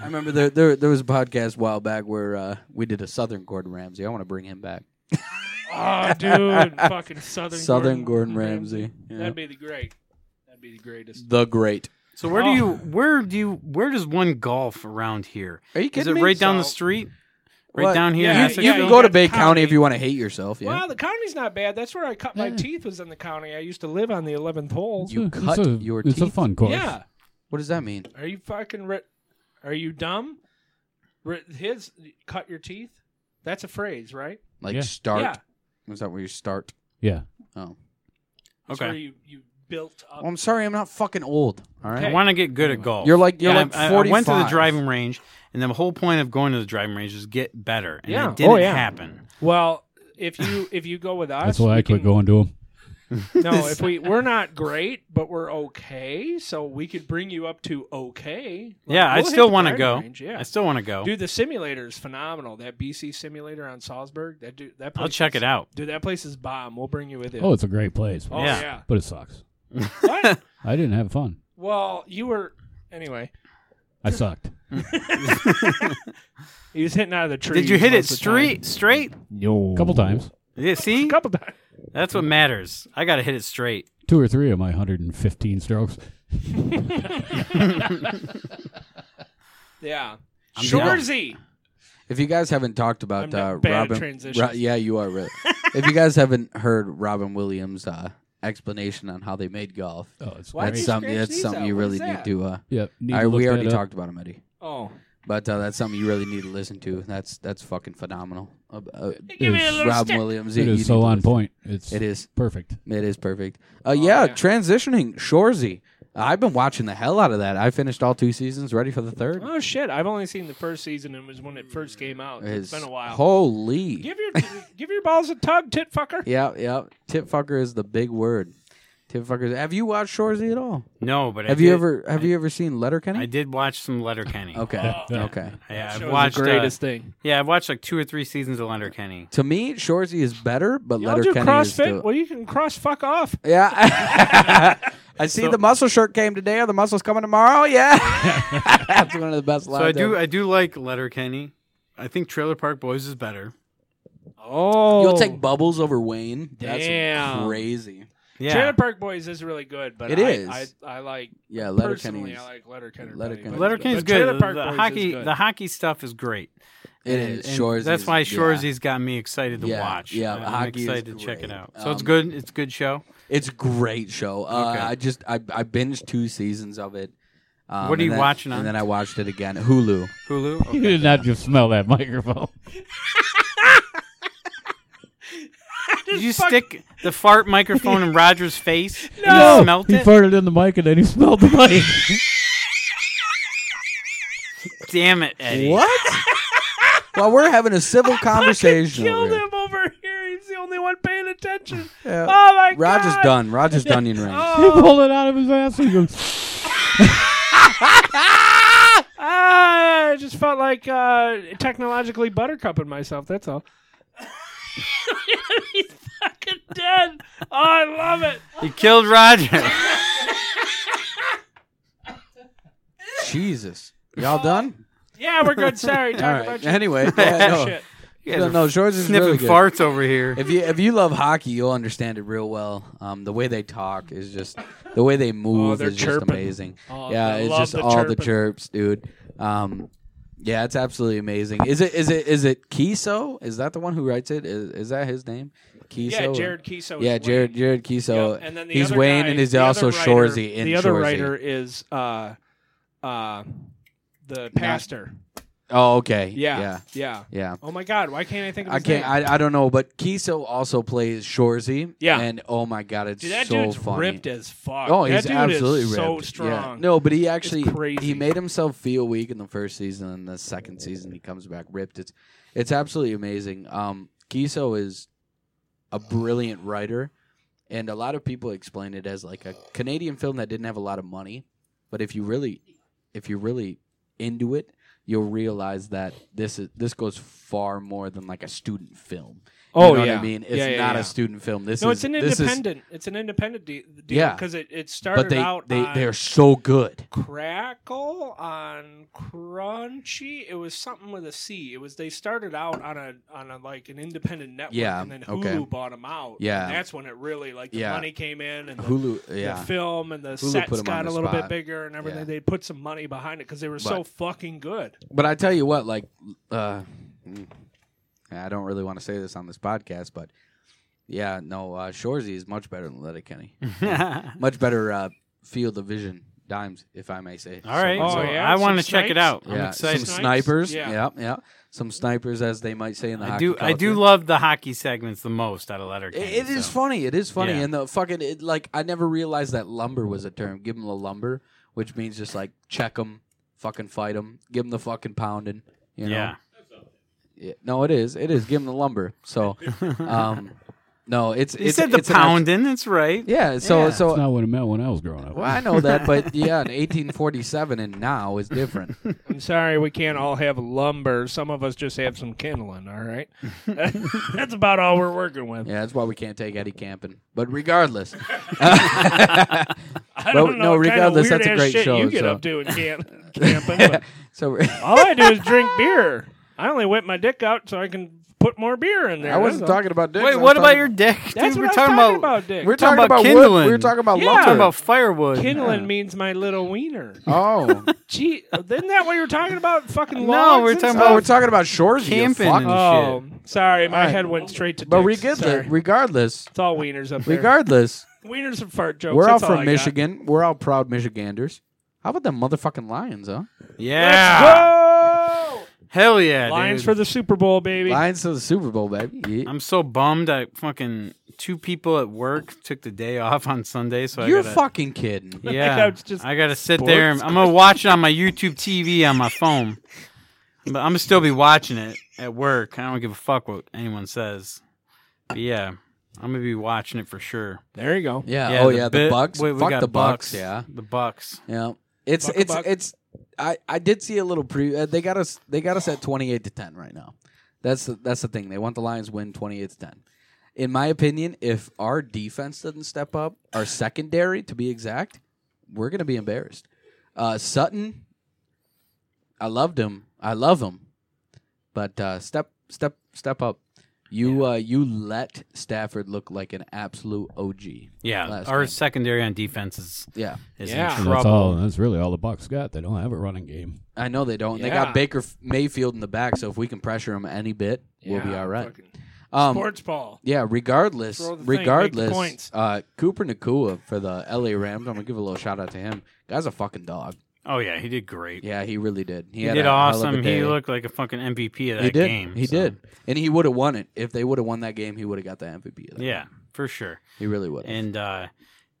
E: I remember there there, there was a podcast a while back where uh, we did a Southern Gordon Ramsay. I want to bring him back.
C: (laughs) Oh, dude, fucking southern.
E: Southern Gordon Ramsay. Yeah.
C: That'd be the great. That'd be the greatest.
E: The great.
D: so where do
C: Oh.
D: you where do you where does one golf around here?
E: Are you
D: Is
E: kidding
D: it
E: me?
D: right down the
C: So-
D: street? Right
E: What?
D: down here.
C: Yeah,
D: in
C: you-
D: Essex
E: you
C: Yeah,
E: can
D: Village?
E: go to
C: got
E: Bay
C: county.
E: County if you want to hate yourself. Yeah.
C: Wow, the county's not bad. That's where I cut my
F: Yeah.
C: teeth was in the county. I used to live on the eleventh hole.
E: You
F: It's
E: cut
F: a,
E: your
F: It's a
E: teeth?
F: fun course.
C: yeah.
E: what does that mean?
C: Are you fucking? Ri- are you dumb? Ri- his cut your teeth. That's a phrase, right?
E: Like
F: Yeah.
E: start?
C: Yeah.
E: Is that where you start?
F: Yeah.
E: Oh.
C: That's
D: Okay.
C: Where you you built up.
E: Well, I'm sorry, I'm not fucking old. All right.
C: Okay.
D: I want to get good at golf.
E: You're like- you're
D: And
E: like
D: I, I- I went to the
E: 45.
D: driving range, and the whole point of going to the driving range is get better. And
C: Yeah.
D: it didn't
C: Oh, yeah.
D: happen.
C: well, if you if you go with us,
F: That's
C: we
F: why I quit
C: can-
F: going to them. (laughs)
C: No, if we we're not great, but we're okay, so we could bring you up to okay. Like,
D: yeah,
C: we'll
D: I
C: hit
D: still
C: the
D: want to
C: driving
D: go.
C: range, Yeah.
D: I still want to go.
C: Dude, the simulator is phenomenal. That BC simulator on Salzburg, that dude, that place
D: I'll check
C: is-
D: it out.
C: Dude, that place is bomb. We'll bring you with it.
F: Oh, it's a great place.
C: Oh,
D: yeah.
C: yeah.
F: But it sucks.
D: (laughs)
C: What?
F: I didn't have fun.
C: Well, you were anyway.
F: I sucked.
C: He was hitting out of the tree.
D: Did you hit it straight? Straight?
F: A couple times.
D: Yeah. See,
C: A couple times.
D: that's what matters. I got to hit it straight.
F: Two or three of my 115 strokes.
C: (laughs) Yeah.
D: I'm down.
C: Shorzy.
E: If you guys haven't talked
C: I'm
E: about
C: not
E: uh,
C: bad at
E: Robin,
C: transitions.
E: Ro- yeah, you are
C: (laughs)
E: really. if you guys haven't heard Robin Williams' uh, explanation on how they made golf,
F: Oh, it's
C: Why did
E: that's
C: you
F: great.
E: something.
C: scratch
E: That's
C: these
E: something
C: out?
E: you
C: What
E: really
C: is
E: need
C: that?
E: to. Uh,
F: Yep. need
E: I,
F: to look
E: we
F: that
E: already
F: up.
E: talked about him, Eddie,
C: Oh.
E: but uh, that's something you really need to listen to. That's that's fucking phenomenal. Uh, uh,
C: Give me a
F: is
C: little
E: Robin
C: stick.
E: Williams,
F: It
E: you-
F: is
E: you
F: so
E: need to
F: on
E: listen.
F: point. It's
E: It is.
F: perfect.
E: It is perfect. Uh, yeah,
C: yeah.
E: transitioning Shorzy. I've been watching the hell out of that. I finished all two seasons, ready for the third.
C: Oh shit! I've only seen the first season. and It was when it first came out.
E: It's-
C: it's been a while.
E: Holy.
C: give your give your balls a tug, tit fucker.
E: Yeah, yeah. Tit fucker is the big word. Tit fucker. Have you watched Shorzy at all?
D: No, but I
E: have you
D: did-
E: ever Have you ever seen
D: I
E: Letterkenny?
D: did watch some Letterkenny.
E: Okay,
F: (laughs) Yeah.
E: Oh, okay.
D: Yeah, I've
C: Shows
D: watched.
C: the
D: uh,
C: greatest thing.
D: yeah, I've watched like two or three seasons of Letterkenny.
E: To me, Shorzy is better, but
C: I'll do
E: Letterkenny is
C: CrossFit.
E: still.
C: Well, you can cross fuck off.
E: Yeah. (laughs) I see the muscle shirt came today. Are the muscles coming tomorrow? Yeah. (laughs) That's one of the best
D: So
E: lines.
D: I do.
E: ever.
D: I do like Letterkenny. I think Trailer Park Boys is better.
C: Oh,
E: You'll take bubbles over Wayne. That's
C: Damn.
E: crazy.
D: Yeah.
C: Trailer Park Boys is really good, but
E: It
C: I,
E: is.
C: I, I like
E: Yeah,
C: personally
E: Letterkenny.
C: I like Letterkenny.
E: Letterkenny.
C: Kenny.
D: Letterkenny is
C: But Trailer
D: good.
C: Park
D: the
C: Boys
D: hockey,
C: is good.
D: the hockey stuff is great.
E: It
D: And-
E: is.
D: and
E: Shorzy.
D: That's why
E: yeah.
D: Shorzy's got me excited to
E: Yeah,
D: watch.
E: yeah,
D: I'm
E: hockey is
D: excited to check
E: great.
D: it out. So it's
E: Um,
D: good. It's a good show.
E: It's a great show. Uh,
D: Okay.
E: I just I I binged two seasons of it. Um,
D: What are
E: and
D: you
E: then-
D: watching on?
E: And then I watched it again. Hulu.
C: (laughs)
D: Hulu.
F: You
D: Okay.
F: did not just smell that (laughs) microphone.
D: Did you stick the fart microphone
C: (laughs)
D: in Roger's face? No, and
F: No,
D: you smelt
F: he
D: it.
F: farted in the mic and then he (laughs) smelled the mic.
D: Damn it, Eddie.
E: (laughs) What? While we're having a
D: (laughs)
E: civil conversation.
C: Killed
E: over here.
C: him over here. He's the only one paying attention.
E: Yeah.
C: Oh my god.
E: Roger's done. Roger's done
D: (laughs) Oh.
E: in range.
F: he pulled it out of his ass. He goes,
C: Ah, I just felt like uh, technologically buttercupping myself. That's all. (laughs) He's fucking dead. Oh, I love it.
D: You killed
C: (laughs)
D: Roger.
E: Jesus. Y'all done?
C: Yeah, we're good. Sorry,
E: All
C: talking
E: right. (laughs)
C: about
D: (laughs)
E: Anyway,
C: you.
E: yeah, no.
C: Shit.
D: You guys
E: No,
D: are
E: no, Shorzy's is
D: sniffing
E: really good.
D: farts over here.
E: If you if you love hockey, you'll understand it real well. Um, the way they talk is just the way they move
C: Oh, they're
E: is just
C: chirping.
E: amazing.
C: Oh,
E: yeah,
C: I
E: it's
C: love
E: just
C: the
E: all the
C: chirping.
E: chirps, dude. Um, yeah, it's absolutely amazing. Is it is it is it Kiso? Is that the one who writes it? Is, is that his name? Kiso.
C: Yeah, Jared Kiso. is
E: Yeah,
C: Wayne.
E: Jared Jared Kiso.
C: Yep, And then the
E: he's
C: other
E: Wayne,
C: guy-
E: and he's
C: the other
E: also
C: writer-
E: Shorzy in
C: The other
E: Shorzy.
C: writer is uh, uh, the pastor.
E: Oh, okay.
C: Yeah,
E: Yeah.
C: yeah,
E: Yeah.
C: Oh my God, why can't I think? Of
E: I
C: his
E: can't.
C: name?
E: I, I don't know, but Kiso also plays Shorzy.
C: Yeah.
E: And oh my god, it's
C: Dude, that
E: so
C: dude's
E: funny.
C: ripped as fuck.
E: Oh,
C: that
E: he's
C: dude
E: absolutely
C: is so
E: ripped.
C: strong.
E: Yeah. No, but he actually he
C: crazy.
E: made himself feel weak in the first season, and the second season he comes back ripped. It's it's absolutely amazing. Um, Kiso is a brilliant writer, and a lot of people explain it as like a Canadian film that didn't have a lot of money, but if you really if you're really into it, you'll realize that this is this goes far more than like a student film. You
C: Oh,
E: know
C: yeah.
E: what I mean, it's
C: Yeah, yeah,
E: not
C: yeah.
E: a student film. This
C: no,
E: is
C: it's an
E: this is
C: independent. it's an independent de- deal.
E: Yeah.
C: because it, it started
E: but they
C: out.
E: they
C: on
E: they are so good.
C: Crackle on Crunchy. It was something with a C. It was they started out on a on a like an independent network,
E: Yeah,
C: and then Hulu
E: okay.
C: bought them out.
E: Yeah.
C: and that's when it really like the
E: Yeah.
C: money came in and the,
E: Hulu,
C: the
E: yeah.
C: film and the
E: Hulu put
C: sets
E: 'em on
C: got
E: the
C: a little bit
E: spot.
C: bigger and everything.
E: Yeah.
C: They put some money behind it because they were so
E: But-
C: fucking good.
E: But I tell you what, like, uh, mm, I don't really want to say this on this podcast, but yeah, no, uh, Shorzy is much better
C: (laughs)
E: than Letterkenny. much better uh, field of vision, dimes, if I may say.
D: (laughs) All right.
E: So-
C: Oh,
D: so
C: yeah,
D: I want to
C: some
D: check it
C: snipes?
D: out. I'm
E: yeah, some
D: excited.
C: Snipes?
E: snipers.
C: Yeah.
E: Yeah, yeah, some snipers, as they might say in the
D: I
E: hockey
D: do. I do
E: culture.
D: love the hockey segments the most out of Letterkenny.
E: It, it is
D: so.
E: funny. It is funny.
D: Yeah.
E: And the fucking it, like I never realized that lumber was a term. Give him the lumber, which means just like check him, fucking fight him, give him the fucking pounding. You know?
D: Yeah.
E: Yeah. No, it is. It is. Give him the lumber.
D: (laughs)
E: So, um, no, it's
D: He
E: it's
D: said the
E: it's an act-
D: pounding. That's right.
E: yeah. So
D: Yeah.
F: That's
E: so.
F: not what it meant when I was growing up.
E: Well, I know that, but yeah, in 1847 and now
D: (laughs)
E: is different.
C: I'm sorry, we can't all have lumber. Some of us just have some kindling. All
E: (laughs)
C: right, (laughs) that's about all we're working with.
E: Yeah, that's why we can't take Eddie camping. But regardless,
C: I don't
E: But,
C: know.
E: no,
C: what kind of
E: regardless, that's a
C: weird-ass
E: great
C: shit
E: show,
C: You get
E: so.
C: up to in
E: (laughs)
C: camp, camping. but-
E: so (laughs)
C: All I do is drink beer. I only whip my dick out so I can put more beer in there.
E: I wasn't
C: That's all.
E: talking about dicks.
D: Wait,
E: I'm
D: what about
E: talking-
D: your dick?
C: That's
D: Dude,
C: what
D: we're
C: I was
D: talking
C: talking
D: about.
C: about, Dick.
E: We're
D: talking about
E: talking about wood.
D: kindling.
E: We're talking about
C: Yeah.
E: lumber.
D: Talking about firewood.
C: Kindling means my little wiener.
D: (laughs)
E: Oh, (laughs)
C: Gee, isn't that what you were talking about? Fucking
D: No,
C: logs
D: we're
C: and
D: talking
C: stuff?
E: oh, we're talking about shores.
D: Camping
E: You fuck.
D: and
C: Oh, sorry, my
E: All right.
C: head went straight to.
E: but
C: dicks.
E: we get
C: Sorry.
E: that. Regardless,
C: It's all wieners up there.
E: regardless,
C: wieners and fart jokes.
E: we're all
C: That's
E: from
C: I got.
E: Michigan. We're all proud Michiganders. How about them motherfucking lions, huh? Ah.
D: Yeah.
C: Let's go!
D: Hell yeah.
C: Lions
D: dude.
C: for the Super Bowl, baby.
E: Lions to the Super Bowl, baby.
D: I'm so bummed. I fucking two people at work took the day off on Sunday, so
E: You're
D: I gotta.
E: fucking kidding.
C: (laughs)
D: yeah,
C: couch just
D: I gotta sit there. And, I'm gonna watch it on my YouTube TV on my phone, but I'm gonna still be watching it at work. I don't give a fuck what anyone says. But yeah, I'm gonna be watching it for sure.
C: There you go.
E: Yeah. oh yeah, the,
D: bit-
E: Bucks.
D: wait, we
E: fuck
D: got
E: the Bucks.
D: Bucks.
E: Yeah.
D: the Bucks.
E: Yeah. It's
C: Buck a
E: it's
C: buck.
E: it's. I I did see a little pre. Uh, they got us. They got us at 28 to 10 right now. That's the, that's the thing. They want the Lions win 28 to 10. In my opinion, if our defense doesn't step up, our secondary to be exact, we're gonna be embarrassed. Uh, Sutton, I loved him. I love him, but uh, step step step up. You uh, you let Stafford look like an absolute OG.
D: Yeah,
E: last
D: our
E: game.
D: secondary on defense is
E: yeah.
D: is
C: Yeah.
D: in
C: And
F: And that's all.
D: trouble.
F: That's really all the Bucks got. They don't have a running game.
E: I know they don't. They
C: Yeah.
E: got Baker F- Mayfield in the back, so if we can pressure him any bit, we'll be
C: Yeah,
E: all right.
C: fucking
E: Um,
C: Sports ball.
E: yeah, regardless,
C: Throw the thing, make the
E: regardless,
C: points.
E: uh, Cooper Nakua for the LA Rams. I'm gonna give a little shout out to him. Guy's a fucking dog.
D: Oh yeah, he did great.
E: Yeah, he really did. He,
D: He
E: had
D: did
E: a hell of a
D: awesome.
E: day.
D: He looked like a fucking MVP of that
E: He did.
D: game.
E: he
D: so,
E: did, and he would have won it if they would have won that game. He would have got the MVP. Of that.
D: Yeah, for sure.
E: he really would. have.
D: And uh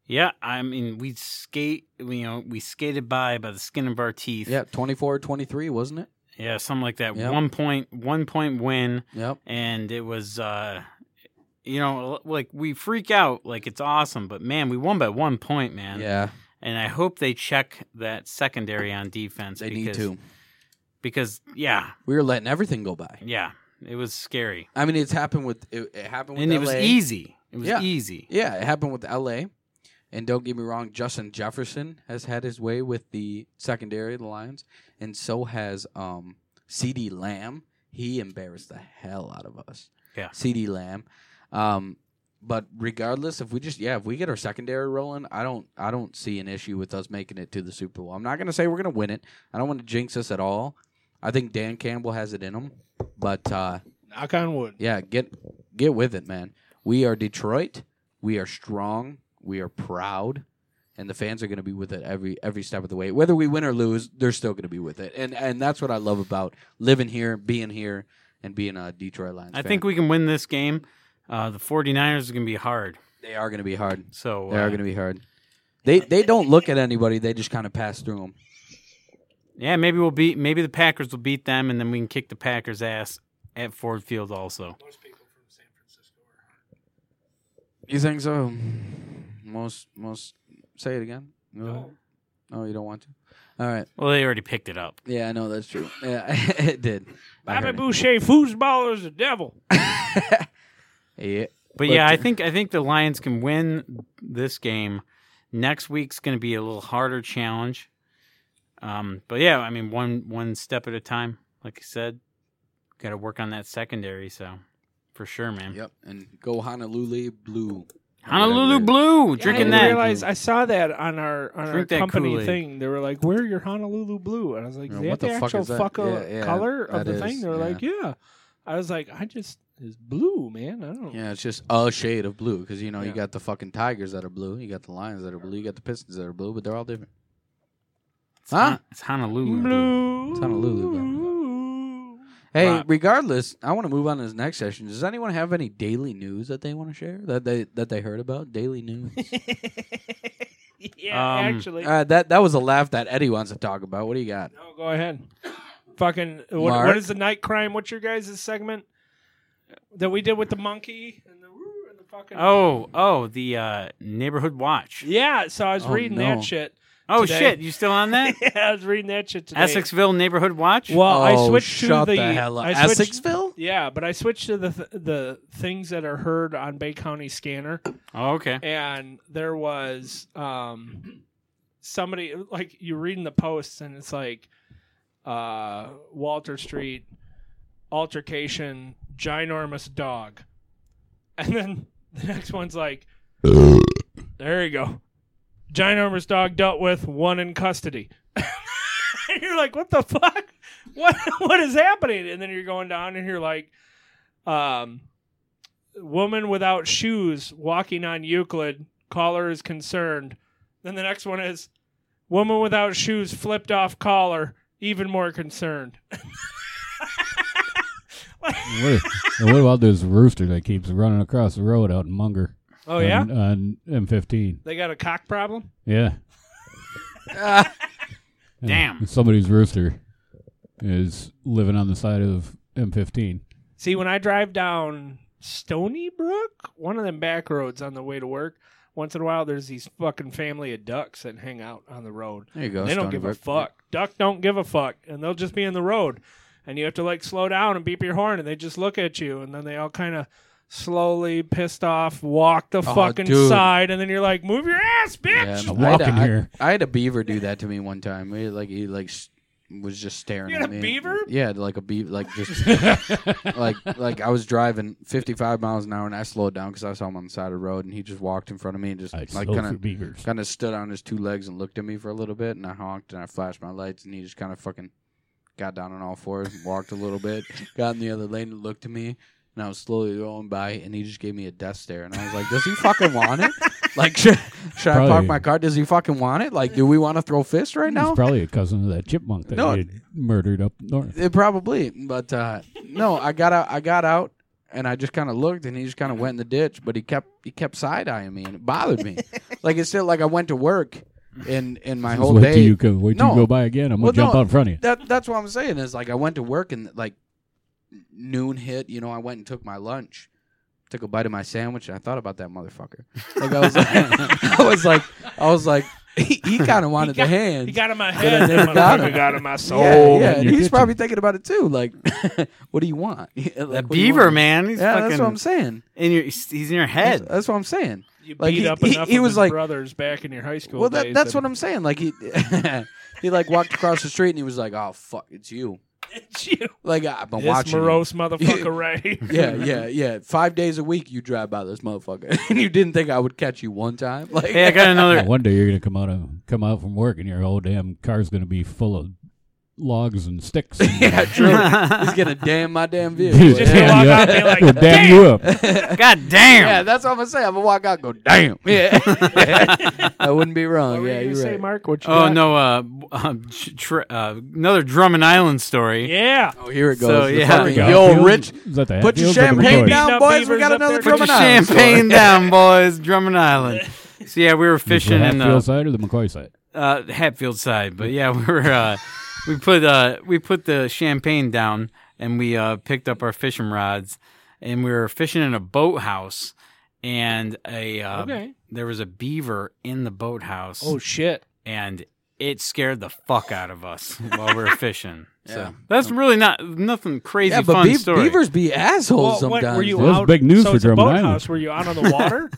D: yeah, I mean we skate we, you know, we skated by by the skin of our teeth.
E: Yeah, 24 23, wasn't it?
D: Yeah, something like that.
E: Yep.
D: One point one point win
E: Yep.
D: and it was uh you know, like we freak out like it's awesome, but man, we won by one point, man.
E: Yeah,
D: And I hope they check that secondary on defense
E: they need
D: because
E: to.
D: because yeah,
E: We were letting everything go by.
D: yeah. It was scary.
E: I mean, it's happened with it, it happened with
D: And it was
E: LA.
D: easy. It was
E: Yeah.
D: easy.
E: Yeah, it happened with LA. And don't get me wrong, Justin Jefferson has had his way with the secondary of the Lions, and so has um, CD Lamb. He embarrassed the hell out of us.
D: Yeah.
E: CD Lamb. Um, but regardless, if we just yeah, if we get our secondary rolling, I don't I don't see an issue with us making it to the Super Bowl. I'm not gonna say we're gonna win it. I don't want to jinx us at all. I think Dan Campbell has it in him, but uh,
C: Knock on wood.
E: yeah, get get with it, man. We are Detroit. We are strong. We are proud. and the fans are going to be with it every every step of the way. Whether we win or lose, they're still going to be with it, and and that's what I love about living here, being here, and being a Detroit Lions.
D: I
E: fan.
D: think we can win this game. Uh, the 49ers are going to be hard.
E: they are going to be hard.
D: So
E: They are
D: uh,
E: going to be hard. They they don't look at anybody. They just kind of pass through them.
D: Yeah, maybe we'll beat. Maybe the Packers will beat them, and then we can kick the Packers' ass at Ford Field. Also,
E: You think so? Most most say it again. No. Oh, you don't want to. All right.
D: well, they already picked it up.
E: Yeah, I know that's true. Yeah, (laughs) it did. I
C: Bobby
E: heard it.
C: Boucher, foosball is the devil.
E: Yeah.
D: But,
E: But,
D: yeah, I
E: uh,
D: think I think the Lions can win this game. Next week's going to be a little harder challenge. Um, but yeah, I mean one one step at a time. Like I said, got to work on that secondary. So for sure, man.
E: Yep. And go Honolulu blue.
D: Honolulu Blue, drinking
C: I didn't
D: that.
C: realize I saw that on our on
D: Drink
C: our
D: that
C: company
D: Kool-Aid.
C: thing. They were like, "Wear your Honolulu blue," and I was like,
E: Yeah,
C: "Is that
E: what
C: the,
E: the fuck
C: actual
E: is that?
C: fucko
E: Yeah, yeah,
C: color of
E: that
C: the thing?"
E: is,
C: They were
E: yeah.
C: like, "Yeah." I was like, "I just it's blue, man. I don't."
E: Yeah, it's just a shade of blue because you know you
C: Yeah.
E: got the fucking tigers that are blue, you got the lions that are blue, you got the pistons that are blue, but they're all different.
D: It's,
E: Huh?
D: Hon- it's Honolulu Blue.
C: Blue.
E: It's Honolulu Hey,
D: Right.
E: regardless, I want to move on to the next session. Does anyone have any daily news that they want to share that they that they heard about? Daily news.
C: (laughs) (laughs) yeah,
D: Um,
C: actually.
E: uh, that that was a laugh that Eddie wants to talk about. What do you got?
C: no, go ahead. Fucking. What, what
E: Mark?
C: is the night crime? What's your guys' segment that we did with the monkey and the woo and the fucking?
D: Oh, oh, the uh, neighborhood watch.
C: yeah. So I was
E: Oh,
C: reading
E: no.
C: that shit.
D: Oh
C: today.
D: shit, you still on
E: (laughs)
D: that?
C: yeah, (laughs) I was reading that shit today.
D: Essexville neighborhood watch.
C: Well, I
E: Oh,
C: switched
E: shut
C: to the,
E: the hell up.
C: I switched-
E: Essexville?
C: Yeah, but I switched to the th- the things that are heard on Bay County Scanner,
D: Oh, okay.
C: and there was um somebody like you reading the posts, and it's like uh Walter Street altercation, ginormous dog, and then (laughs) the next one's like, there you go, ginormous dog dealt with, one in custody. (laughs) And you're like, what the fuck? What (laughs) what is happening? And then you're going down and you're like, um, woman without shoes walking on Euclid, caller is concerned. Then the next one is woman without shoes flipped off caller, even more concerned.
F: What, and what about this rooster that keeps running across the road out in Munger?
C: Oh yeah?
F: on, on M15.
C: They got a cock problem?
F: Yeah, Yeah.
D: Damn.
F: Somebody's rooster is living on the side of M15.
C: See, when I drive down Stony Brook, one of them back roads on the way to work, once in a while there's these fucking family of ducks that hang out on the road.
E: There you go.
C: they don't
E: Stony
C: give
E: Brook.
C: a fuck. Duck don't give a fuck, and they'll just be in the road, and you have to like slow down and beep your horn, and they just look at you, and then they all kind of slowly pissed off walk the fucking
E: Oh, dude.
C: side, and then you're like, move your ass,
E: Yeah,
C: bitch.
F: I'm
E: I had a-
F: walking
E: I-
F: here.
E: I, had a beaver do that to me one time. He, like he like s- was just staring
C: You had
E: at
C: a
E: me.
C: beaver?
E: Yeah, like a beaver. Like just
F: (laughs)
E: like like I was driving 55 miles an hour and I slowed down because I saw him on the side of the road and he just walked in front of me and just
F: I
E: like
F: sold
E: kind
F: for
E: of
F: beavers.
E: kind of stood on his two legs and looked at me for a little bit and I honked and I flashed my lights and he just kind of fucking got down on all fours, and walked a little bit, got in the other lane and looked at me. And I was slowly going by, and he just gave me a death stare. And I was like, "Does he fucking want it? Like, should, should I park
F: Probably.
E: my car? Does he fucking want it? Like, do we want to throw fists right now?
F: He's probably a cousin of that chipmunk that
E: No.
F: you murdered up north.
E: It probably, but uh, no, I got out. I got out, and I just kind of looked, and he just kind of went in the ditch. But he kept he kept side eyeing me, and it bothered me. like it's still like I went to work, and and my
F: Just
E: whole
F: wait
E: day.
F: till you go, wait till
E: No.
F: you go by again. I'm
E: Well,
F: gonna jump
E: no.
F: out in front of you.
E: that that's what I'm saying is like I went to work and like noon hit. You know, I went and took my lunch, took a bite of my sandwich, and I thought about that motherfucker. Like I was like, (laughs) I was like, I was like, he, he kind of wanted the hand.
C: He got in my
E: I
C: head.
E: never
C: that
E: got
C: motherfucker
E: him.
C: got in my soul.
E: yeah, yeah,
F: in
E: and
F: your
E: he's
F: kitchen.
E: probably thinking about it
D: (laughs)
E: too. Like, what do you want? (laughs) Like,
D: That
E: what do you
D: beaver,
E: want?
D: man. He's
E: Yeah,
D: fucking
E: that's what I'm saying.
D: in your he's he's in your
E: That's,
D: head.
E: that's what I'm saying.
C: You beat
E: Like, he-
C: up
E: he-
C: enough
E: he
C: of
E: was
C: his
E: like-
C: brothers back in your high school
E: Well, that,
C: days
E: that's what I'm saying. Like he, (laughs) he like walked across the street and he was like, "Oh fuck, it's you."
C: (laughs) It's you.
E: Like I've been
C: This
E: watching. you."
C: morose
E: (laughs)
C: motherfucker right here.
E: yeah, yeah, yeah. Five days a week you drive by this motherfucker, (laughs) and you didn't think I would catch you one time. (laughs) Like,
D: Hey, I got
F: Yeah,
D: another.
F: one day you're gonna come out of come out from work and your whole damn car's gonna be full of logs and sticks.
E: (laughs) yeah, true. He's
D: (laughs)
E: gonna damn my damn view.
F: He'll
C: just gonna
E: Yeah.
C: walk
F: you
C: out
F: up.
C: and be like,
F: He'll damn you up.
D: God damn.
E: Yeah, that's what I'm gonna say. I'm gonna walk out, and go damn. Yeah, (laughs) I wouldn't be wrong.
C: What were
E: yeah,
C: you
E: you're
C: gonna say,
E: right.
C: Mark? What you
D: Oh
C: got?
D: no! Uh, um, tr- tr- uh, another Drum and Island story.
C: Yeah.
E: oh, here it goes.
D: So,
E: The
D: yeah.
E: fucking-
F: Garfield?
E: Yo, Rich,
F: Is that the
E: put your
F: Hatfields or the
E: champagne
F: McCoys?
E: down,
C: Beating up
E: boys. We
C: beavers
E: got
C: up
E: another
C: there.
D: Put
E: drum
D: your
E: and iron
D: champagne down, boys. Drum and
E: (laughs)
D: Island. So yeah, we were
F: Is
D: fishing
F: the
E: uh,
D: in
F: Hatfield
D: the
F: side or the McCoy side?
D: uh, Hatfield side, but yeah, (laughs) we were uh, we put uh, we put the champagne down and we uh, picked up our fishing rods and we were fishing in a boathouse and a uh,
C: Okay.
D: there was a beaver in the boathouse
C: Oh shit.
D: and it scared the fuck out of us while
C: (laughs)
D: we were fishing.
E: Yeah.
D: So that's really not nothing crazy
E: (laughs) Yeah, but
D: fun
E: be-
D: story.
E: beavers be assholes
C: Well, what,
E: sometimes.
C: were you
F: That was
C: out?
F: big news
C: so
F: for
C: it's a
F: Drum Island.
C: boathouse. Were you out on the
F: (laughs)
C: water?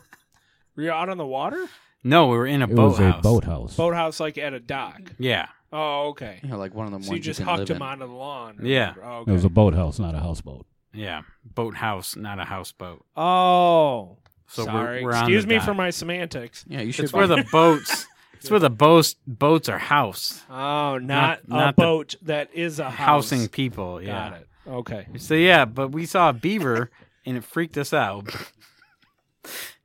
C: were you out on the water?
D: No, we were in a
F: It was
D: boathouse.
F: a boathouse.
C: Boathouse like at a dock.
D: Yeah.
C: Oh, okay.
E: You know, like one of them
C: So
E: ones
C: you just
E: can
C: hucked
E: live
C: him
E: in.
C: onto the lawn. or
D: Yeah.
C: whatever. Oh,
F: It was
C: okay.
F: a boathouse, not a houseboat.
D: Yeah, boathouse, not a houseboat.
C: oh.
D: So we're-
C: sorry.
D: we're on
C: Excuse
D: the
C: me
D: dock.
C: for my semantics.
E: Yeah, you should.
D: It's where the
C: (laughs)
D: boats. It's where the boats boats are housed,
C: Oh, not, a
D: not the-
C: boat that is a house.
D: housing people. Yeah.
C: Got it. Okay.
D: So yeah, but we saw a beaver and it freaked us out.